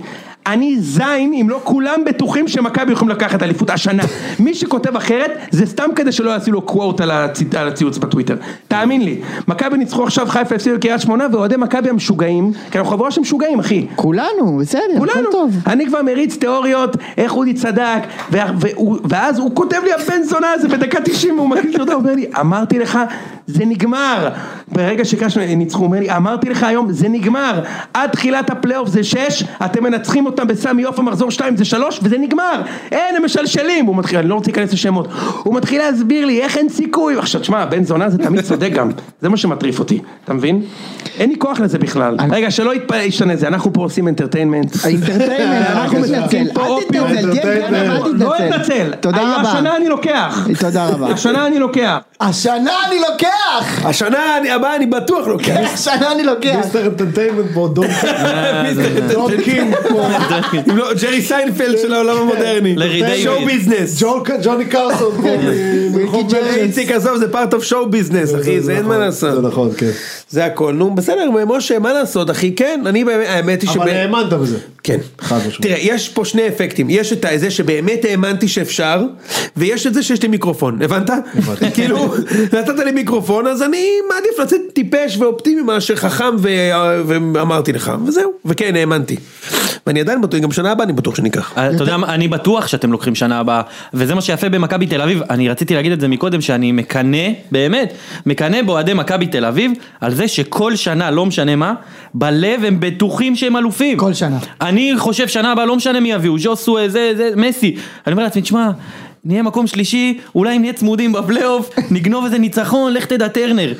Speaker 9: אני זין אם לא כולם בטוחים שמכבי יכולים לקחת אליפות השנה. מי שכותב אחרת, זה סתם כדי שלא יעשו לו קוואט על הצי- על הציוץ בטוויטר. תאמין לי, מכבי ניצחו עכשיו חיפה הפסידו לקריית שמונה, ואוהדי מכבי המשוגעים, כי אנחנו חבורה של משוגעים אחי.
Speaker 1: כולנו בסדר הכל
Speaker 9: כולנו,
Speaker 1: טוב.
Speaker 9: אני כבר מריץ תיאוריות, איך אודי צדק, וה- והוא- ואז הוא כותב לי הבן זונה הזה בדקה 90, הוא מקליט לי אותו, הוא אומר לי, אמרתי לך, זה נגמר. ברגע שקשנו ניצחו, הוא אומר לי, אמרתי לך היום, זה נגמר. עד תחילת הפלייאוף זה 6, אתם מנצחים אותם בסמי עופר מחזור 2 זה 3 וזה נגמר, אין הם משלשלים, הוא מתחיל, אני לא רוצה להיכנס לשמות, הוא מתחיל להסביר לי איך אין סיכוי, עכשיו תשמע בן זונה זה תמיד צודק גם, זה מה שמטריף אותי, אתה מבין? אין לי כוח לזה בכלל, רגע שלא יתפ- ישתנה זה, אנחנו פה עושים אינטרטיינמנט,
Speaker 1: האינטרטיינמנט,
Speaker 9: אנחנו
Speaker 1: בבקשה,
Speaker 9: מנתקים
Speaker 1: כן.
Speaker 9: פה
Speaker 1: אל
Speaker 9: אופיום,
Speaker 1: תתנצל, תהיה גבר, אל תתנצל.
Speaker 9: לא אתנצל,
Speaker 1: תודה
Speaker 9: אני-
Speaker 1: רבה.
Speaker 9: השנה אני לוקח,
Speaker 1: תודה רבה.
Speaker 9: השנה אני לוקח,
Speaker 1: השנה אני לוקח!
Speaker 2: השנה אני- הבאה אני בטוח לוקח.
Speaker 1: השנה אני לוקח!
Speaker 3: מיסטר אנטרטיימנט פה, דון דון קינג פה.
Speaker 2: אם לא, ג'רי סיינפלד של
Speaker 3: כן.
Speaker 2: העולם המודרני.
Speaker 4: לארי דיוויד.
Speaker 2: שואו ביזנס.
Speaker 3: ג'ון- ג'וני קרסון פה. מרחוב מרצ'נס.
Speaker 2: איציק עזוב זה part of show ביזנס אחי זה אין מה לעשות.
Speaker 3: זה לא, נכון, כן.
Speaker 2: זה הכל נו בסדר משה מה לעשות אחי כן אני באמת האמת היא
Speaker 3: אבל
Speaker 2: שבאמת-
Speaker 3: האמנת בזה.
Speaker 2: כן.
Speaker 3: חד משמעית.
Speaker 2: תראה, יש פה שני אפקטים, יש את זה שבאמת האמנתי שאפשר, ויש את זה שיש לי מיקרופון, הבנת? כאילו, נתת לי מיקרופון, אז אני מעדיף לצאת טיפש ואופטימי מאשר חכם, ו- ואמרתי לך, וזהו, וכן, האמנתי. ואני עדיין בטוח, גם שנה הבאה אני בטוח שאני אקח.
Speaker 4: אה, אתה יודע מה, אני בטוח שאתם לוקחים שנה הבאה, וזה מה שיפה במכבי תל אביב, אני רציתי להגיד את זה מקודם, שאני מקנא, באמת, מקנא באוהדי מכבי תל אביב, על זה שכל שנה, לא משנה מה, בלב הם בטוחים שהם אלופים.
Speaker 1: כל שנה.
Speaker 4: אני חושב שנה הבאה, לא משנה מי יביאו, ז'וסו, זה, זה, מסי. אני אומר לעצמי, תשמע, נהיה מקום שלישי, אולי נהיה צמודים בפלייאוף, נגנוב איזה ניצחון, לך תדע טרנר.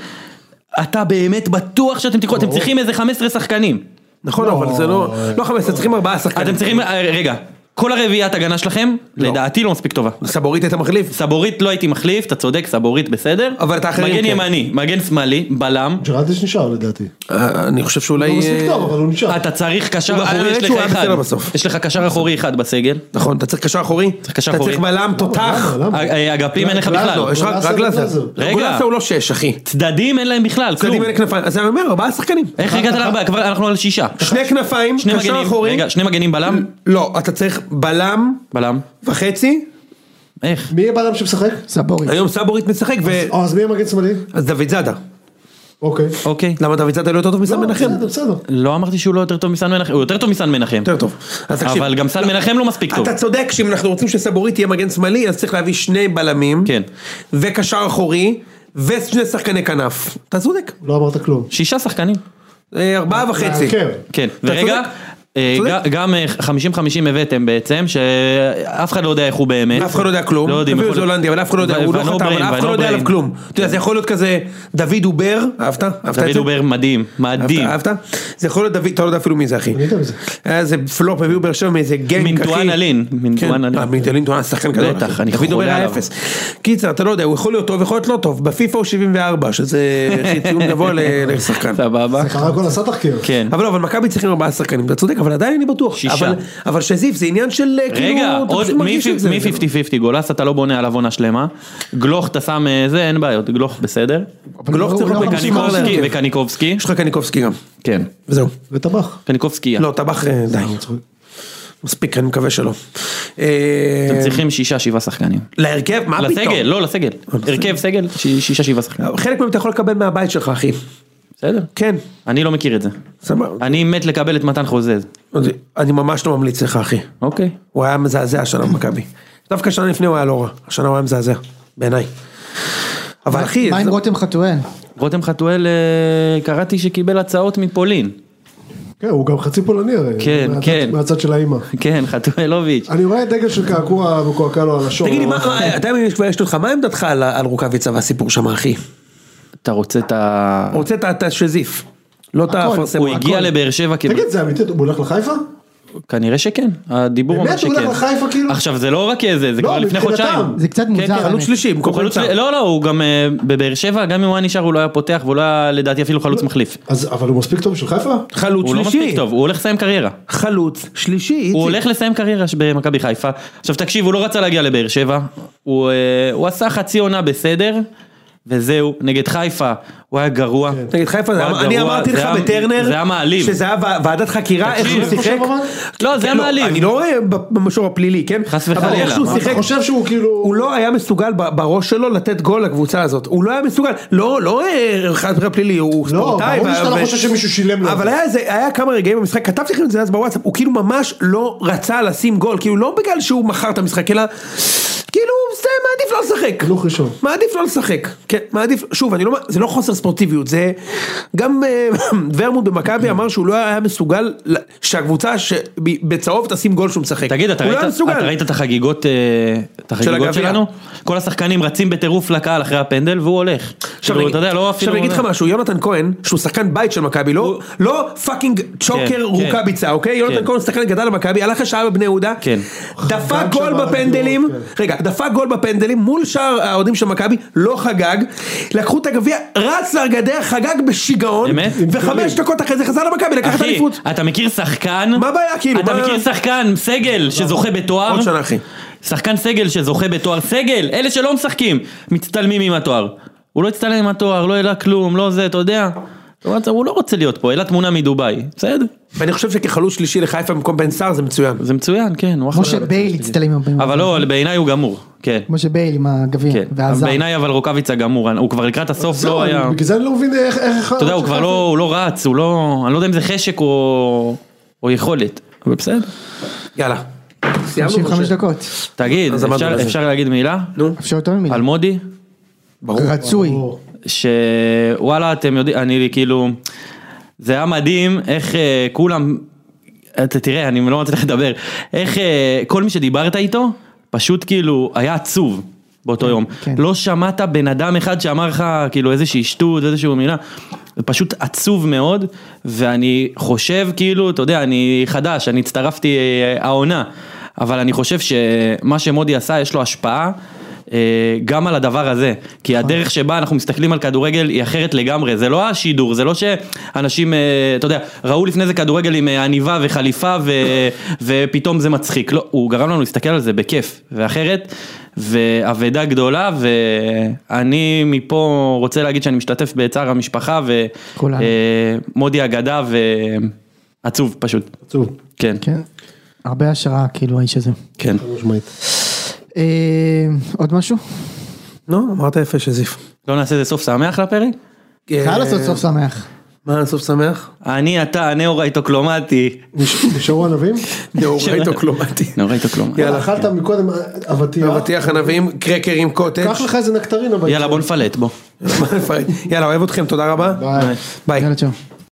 Speaker 4: אתה באמת בטוח שאתם תיקחו, אתם צריכים איזה 15 שחקנים.
Speaker 2: נכון, אבל זה לא, לא חמש, אתם צריכים ארבעה שחקנים.
Speaker 4: אתם צריכים, אה, רגע, כל הרביעיית הגנה שלכם, לדעתי לא מספיק טובה.
Speaker 2: סבורית היית מחליף?
Speaker 4: סבורית לא הייתי מחליף, אתה צודק, סבורית בסדר.
Speaker 2: אבל את האחרים
Speaker 4: מגן
Speaker 2: כן.
Speaker 4: ימני, מגן שמאלי, בלם.
Speaker 3: ג'רדיש נשאר לדעתי.
Speaker 2: אה, אני חושב שאולי...
Speaker 3: הוא לא מספיק
Speaker 2: אה,
Speaker 3: טוב, אבל הוא נשאר.
Speaker 4: אתה צריך קשר
Speaker 2: הוא-
Speaker 4: אחורי,
Speaker 2: האמת
Speaker 4: יש
Speaker 2: שהוא
Speaker 4: לך
Speaker 2: היה
Speaker 4: אחד.
Speaker 2: בסדר אה, בסוף.
Speaker 4: יש לך קשר אחורי אחד בסגל.
Speaker 2: נכון, אתה צריך קשר אחורי?
Speaker 4: צריך קשר
Speaker 2: אתה
Speaker 4: אחורי.
Speaker 2: צריך בלם תותח?
Speaker 3: למה? למה?
Speaker 4: אה, אה, אגפים אין לך
Speaker 3: גלאזר,
Speaker 4: בכלל.
Speaker 2: לא, יש רק
Speaker 3: גלאזר,
Speaker 2: רק גלאזר.
Speaker 3: גלאזר.
Speaker 4: רגע.
Speaker 2: גלאזר הוא לא שש, אחי.
Speaker 4: צדדים אין להם בכלל,
Speaker 2: צדדים
Speaker 4: כלום.
Speaker 2: אין כנפיים, אז אני אומר, ארבעה שחקנים.
Speaker 4: איך הגעת לארבעה? כבר אנחנו על שישה.
Speaker 2: אה, שני כנפיים,
Speaker 4: שני
Speaker 2: קשר
Speaker 4: מגנים,
Speaker 2: אחורי.
Speaker 4: רגע, שני מגנים בלם?
Speaker 2: לא, אתה צריך בלם
Speaker 4: בלם.
Speaker 2: וחצי.
Speaker 4: איך?
Speaker 3: מי הבן אדם שמשחק?
Speaker 1: סבורית.
Speaker 2: היום סבורית משחק, ו-
Speaker 3: אה, אז מי המגן שמאלי?
Speaker 2: אז דוד זאדה.
Speaker 3: אוקיי.
Speaker 4: אוקיי.
Speaker 2: למה דוד זאדה לא יותר טוב מסן
Speaker 3: לא,
Speaker 2: מנחם?
Speaker 3: בסדר, בסדר.
Speaker 4: לא אמרתי שהוא לא יותר טוב מסן מנחם, הוא יותר טוב מסן מנחם.
Speaker 2: יותר טוב. אז תקשיב.
Speaker 4: אבל גם סן
Speaker 2: לא,
Speaker 4: מנחם לא מספיק טוב.
Speaker 2: אתה צודק שאם אנחנו רוצים שסבורית תהיה מגן שמאלי, אז צריך להביא שני בלמים.
Speaker 4: כן.
Speaker 2: וקשר אחורי. ושני שחקני כנף. אתה צודק.
Speaker 3: לא אמרת כלום.
Speaker 4: שישה שחקנים.
Speaker 2: אה, ארבעה וחצי.
Speaker 3: כן.
Speaker 4: כן,
Speaker 2: אתה
Speaker 4: ורגע,
Speaker 2: צודק.
Speaker 4: אה,
Speaker 2: צודק.
Speaker 4: ג- גם אה, 50-50 הבאתם בעצם, שאף אחד לא יודע איך הוא באמת.
Speaker 2: אף אחד לא יודע כלום,
Speaker 4: לא יודעים.
Speaker 2: הביאו את
Speaker 4: יכול-
Speaker 2: זה הולנדי, אבל אף אחד לא יודע,
Speaker 4: ו-
Speaker 2: הוא לא
Speaker 4: ונוברין,
Speaker 2: חתם, אבל אף אחד לא יודע עליו
Speaker 4: ונוברין.
Speaker 2: כלום. אתה יודע, זה יכול להיות כזה, דוד עובר, אהבת? אהבת את
Speaker 4: דוד
Speaker 2: זה?
Speaker 4: עובר מדהים, מדהים.
Speaker 2: אהבת? אהבת? זה יכול להיות דוד, אתה לא יודע אפילו מי זה אחי.
Speaker 3: אני יודע מזה.
Speaker 2: היה איזה פלופ, הביאו באר שבע מאיזה גנג אחי.
Speaker 4: מינטואן אלין, מינטואן
Speaker 2: כן,
Speaker 4: אלין.
Speaker 2: אה, מינטואן אלין, טוען שחקן גדול.
Speaker 4: בטח,
Speaker 2: אחי.
Speaker 4: אני
Speaker 2: דוד עובר
Speaker 4: חולה
Speaker 2: היה
Speaker 4: עליו.
Speaker 2: אפס. קיצר, אתה לא יודע, הוא יכול להיות טוב, יכול להיות לא טוב. בפיפ"א הוא 74, שזה אחי, ציון גבוה ל- לשחקן.
Speaker 4: סבבה.
Speaker 3: אחרי אה, הכל עשה תחקיר.
Speaker 4: כן.
Speaker 2: אבל לא, אבל מכבי צריכים ארבעה שחקנים, אתה צודק, אבל עדיין אני בטוח.
Speaker 4: שישה.
Speaker 2: אבל- אבל שזיף, זה עניין של אה, כאילו,
Speaker 4: רגע,
Speaker 2: אתה
Speaker 4: עוד
Speaker 2: פשוט
Speaker 4: מי
Speaker 2: מרגיש את זה. זה לא-
Speaker 4: 50-50 גולס אתה לא בונה עליו עונה שלמה, גלוך אתה שם אה, זה אין בעיות, גלוך בסדר,
Speaker 2: גלוך צריך
Speaker 1: הוא
Speaker 2: להיות
Speaker 1: לא
Speaker 2: בקניקובסקי.
Speaker 4: וקניקובסקי, וקניקובסקי,
Speaker 2: יש לך קניקובסקי גם.
Speaker 4: כן,
Speaker 2: וזהו.
Speaker 3: וטבח.
Speaker 4: קניקובסקי,
Speaker 2: לא, טבח אה, די. מספיק, אני מקווה שלא. אה,
Speaker 4: אתם צריכים שישה שבעה שחקנים,
Speaker 2: להרכב, מה פתאום? אה,
Speaker 4: לסגל, לא לסגל, הרכב סגל, ש- שישה שבעה שחקנים,
Speaker 2: חלק מהם אתה יכול לקבל מהבית שלך, אחי.
Speaker 4: בסדר,
Speaker 2: כן.
Speaker 4: אני לא מכיר את זה,
Speaker 2: סבבה.
Speaker 4: אני מת לקבל את מתן חוזז,
Speaker 2: אני ממש לא ממליץ לך, אחי.
Speaker 4: אוקיי,
Speaker 2: הוא היה מזעזע השנה במכבי. דווקא שנה לפני הוא היה לא רע. השנה הוא היה מזעזע, בעיניי. אבל אחי,
Speaker 1: מה עם
Speaker 2: זה-
Speaker 1: רותם חתואל?
Speaker 4: רותם חתואל אה, קראתי שקיבל הצעות מפולין,
Speaker 3: כן, הוא גם חצי פולני הרי.
Speaker 4: כן,
Speaker 3: מהצד-
Speaker 4: כן.
Speaker 3: מהצד של האימא.
Speaker 4: כן חתואלוביץ',
Speaker 3: אני רואה דגל של קעקוע מקועקע לו על השור.
Speaker 2: תגיד לי, מה- אה, מה- אתה מבין, כבר יש לך, מה עמדתך על- על רוקאביצה והסיפור שם, אחי?
Speaker 4: אתה רוצה את ה...
Speaker 2: רוצה את ה- את השזיף. לא כן, את
Speaker 1: הכל.
Speaker 2: האפרסם.
Speaker 4: הוא הגיע לבאר שבע כ...
Speaker 3: תגיד, זה אמיתי? הוא הולך לחיפה?
Speaker 4: כנראה שכן, הדיבור אומר
Speaker 3: באמת?
Speaker 4: שכן.
Speaker 3: הוא הולך לחיפה כאילו?
Speaker 4: עכשיו זה לא רק איזה, זה
Speaker 3: לא,
Speaker 4: כבר לפני
Speaker 3: מבחינתם.
Speaker 4: חודשיים.
Speaker 1: זה קצת
Speaker 4: כן,
Speaker 1: מוזר.
Speaker 4: כן,
Speaker 2: חלוץ
Speaker 1: האמת.
Speaker 2: שלישי במקום
Speaker 4: הוא חלוץ,
Speaker 2: חלוצה.
Speaker 4: לא לא, הוא גם אה, בבאר שבע, גם אם הוא היה נשאר הוא לא היה פותח והוא לא היה לדעתי אפילו חלוץ מחליף.
Speaker 3: אז אבל הוא מספיק טוב בשביל חיפה?
Speaker 2: חלוץ
Speaker 4: הוא לא
Speaker 2: שלישי.
Speaker 4: מספיק טוב, הוא הולך לסיים קריירה.
Speaker 2: חלוץ שלישי.
Speaker 4: הוא
Speaker 2: איציק.
Speaker 4: הולך לסיים קריירה ש- במכבי חיפה. עכשיו תקשיב, הוא לא רצה להגיע לבאר שבע, הוא אה, הוא עשה חצי עונה בסדר, וזהו, נגד חיפה, הוא היה גרוע.
Speaker 2: נגד חיפה, זה
Speaker 4: הוא
Speaker 2: היה-
Speaker 4: היה
Speaker 2: אני
Speaker 4: גרוע,
Speaker 2: אמרתי
Speaker 4: זה
Speaker 2: לך
Speaker 4: היה-
Speaker 2: בטרנר,
Speaker 4: זה היה מעליב.
Speaker 2: שזה היה ו- ועדת חקירה, איך
Speaker 4: תקשיב.
Speaker 2: שהוא שיחק,
Speaker 4: לא, זה היה
Speaker 2: לא,
Speaker 4: מעליב.
Speaker 2: אני לא רואה במישור הפלילי, כן,
Speaker 4: חס
Speaker 2: אבל
Speaker 4: וחלילה.
Speaker 2: איך שהוא
Speaker 4: מה
Speaker 2: שיחק,
Speaker 3: אתה חושב שהוא כאילו...
Speaker 2: הוא לא היה מסוגל ב- בראש שלו לתת גול לקבוצה הזאת, הוא לא היה מסוגל, לא, לא אה, חס וחלילה פלילי, הוא ספורטאי,
Speaker 3: ברור
Speaker 2: וה-
Speaker 3: שאתה לא
Speaker 2: ו-
Speaker 3: חושב שמישהו שילם לו.
Speaker 2: אבל היה איזה- היה כמה רגעים במשחק, כתבתי לכם את זה אז בוואטסאפ, הוא כאילו ממש לא רצה לשים גול, כאילו לא בגלל שהוא מכר את המשחק, אלא כאילו, זה מעדיף לא לשחק.
Speaker 3: הלוך ראשון.
Speaker 2: מעדיף לא לשחק. כן, מעדיף, שוב, אני לא, זה לא חוסר ספורטיביות, זה... גם אה, ורמוט במכבי אמר שהוא לא היה מסוגל, ל- שהקבוצה שבצהוב תשים גול שהוא משחק.
Speaker 4: תגיד, אתה
Speaker 2: הוא לא
Speaker 4: ראית,
Speaker 2: היה מסוגל.
Speaker 4: אתה ראית את החגיגות, אה, את החגיגות
Speaker 2: הגביע.
Speaker 4: שלנו? כל השחקנים רצים בטירוף לקהל אחרי הפנדל והוא הולך.
Speaker 2: עכשיו
Speaker 4: כאילו,
Speaker 2: אני-
Speaker 4: אתה יודע, לא
Speaker 2: עכשיו
Speaker 4: אפילו...
Speaker 2: אני אגיד לך משהו, יונתן כהן, שהוא שחקן בית של מכבי, לא לא פאקינג
Speaker 4: כן,
Speaker 2: צ'וקר רוקאביצה, אוקיי?
Speaker 4: כן.
Speaker 2: יונתן כהן הוא שחקן גדל במכבי, הלך לשעה בבני יהודה, דפק
Speaker 4: חגג
Speaker 2: גול
Speaker 4: שם
Speaker 2: בפנדלים, רגע, דפק גול בפנדלים מול שאר האוהדים של מכבי, לא חגג, לקחו את הגביע, רץ לגדר, חגג בשיגעון,
Speaker 4: אמת?
Speaker 2: וחמש דקות אחרי זה חזר למכבי, לקח את
Speaker 4: אחי,
Speaker 2: האליפות.
Speaker 4: אתה מכיר שחקן?
Speaker 2: מה הבעיה, כאילו,
Speaker 4: אתה
Speaker 2: מה-
Speaker 4: מכיר שחקן, סגל, שזוכה בתואר?
Speaker 2: עוד שנה, אחי.
Speaker 4: שחקן סגל שזוכה בתואר סגל, אלה שלא משחקים, מצטלמים עם התואר. הוא לא הצטלם עם התואר, לא העלה כלום, לא זה, אתה יודע. וואטסאפ, הוא לא רוצה להיות פה, העלה תמונה מדובאי, בסדר.
Speaker 2: ואני חושב שכחלוץ שלישי לחיפה במקום בן סער זה מצוין.
Speaker 4: זה מצוין, כן. הוא אחלה
Speaker 1: משה
Speaker 4: חלוץ
Speaker 1: בייל
Speaker 4: שלישי.
Speaker 1: הצטלם עם הפנים.
Speaker 4: אבל לא, בעיניי הוא גמור, כן.
Speaker 1: משה בייל עם הגביע.
Speaker 4: כן.
Speaker 1: והזר.
Speaker 4: בעיניי אבל רוקאביצה גמור, הוא כבר לקראת הסוף
Speaker 3: זהו,
Speaker 4: לא
Speaker 3: אני-
Speaker 4: היה...
Speaker 3: בגלל זה אני לא מבין איך... איך-
Speaker 4: אתה יודע, הוא כבר לא, הוא לא רץ, הוא לא, אני לא יודע אם זה חשק או, או יכולת, אבל בסדר.
Speaker 2: יאללה.
Speaker 1: 55 דקות.
Speaker 4: תגיד,
Speaker 1: אז עמדנו
Speaker 4: אפשר,
Speaker 1: בזה.
Speaker 4: אפשר להגיד מילה?
Speaker 2: נו.
Speaker 1: אפשר יותר ממילה.
Speaker 4: על מודי?
Speaker 1: רצוי.
Speaker 4: שוואלה, אתם יודעים, אני כאילו, זה היה מדהים איך אה, כולם, אתה תראה, אני לא מצליח לדבר, איך אה, כל מי שדיברת איתו, פשוט כאילו היה עצוב. באותו יום, לא שמעת בן אדם אחד שאמר לך כאילו איזושהי שטות, איזושהי מילה, זה פשוט עצוב מאוד, ואני חושב כאילו, אתה יודע, אני חדש, אני הצטרפתי אה, העונה, אבל אני חושב שמה שמודי עשה יש לו השפעה אה, גם על הדבר הזה, כי הדרך שבה אנחנו מסתכלים על כדורגל היא אחרת לגמרי, זה לא השידור, זה לא שאנשים, אה, אתה יודע, ראו לפני זה כדורגל עם אה, עניבה וחליפה ו, ופתאום זה מצחיק, לא, הוא גרם לנו להסתכל על זה בכיף, ואחרת, ואבדה גדולה, ואני מפה רוצה להגיד שאני משתתף בצער המשפחה,
Speaker 1: כולנו.
Speaker 4: ומודי אגדה ועצוב פשוט.
Speaker 3: עצוב.
Speaker 4: כן.
Speaker 1: כן. הרבה השראה, כאילו, האיש הזה.
Speaker 4: כן.
Speaker 1: אה, עוד משהו?
Speaker 2: לא, אמרת יפה שזיף.
Speaker 4: לא נעשה את זה סוף שמח לפרק?
Speaker 1: חייב לעשות סוף שמח.
Speaker 2: אה, מה סוף שמח?
Speaker 4: אני, אתה, הנאורייטוקלומטי.
Speaker 3: נשארו ענבים?
Speaker 2: לא, נאורייטוקלומטי.
Speaker 4: נאורייטוקלומטי.
Speaker 3: יאללה, אכלת מקודם אבטיח.
Speaker 2: אבטיח ענבים, קרקרים, קוטג'.
Speaker 3: קח לך איזה נקטרינה.
Speaker 4: יאללה בוא נפלט בוא.
Speaker 2: יאללה אוהב אתכם תודה רבה. ביי.
Speaker 1: יאללה, צ'או.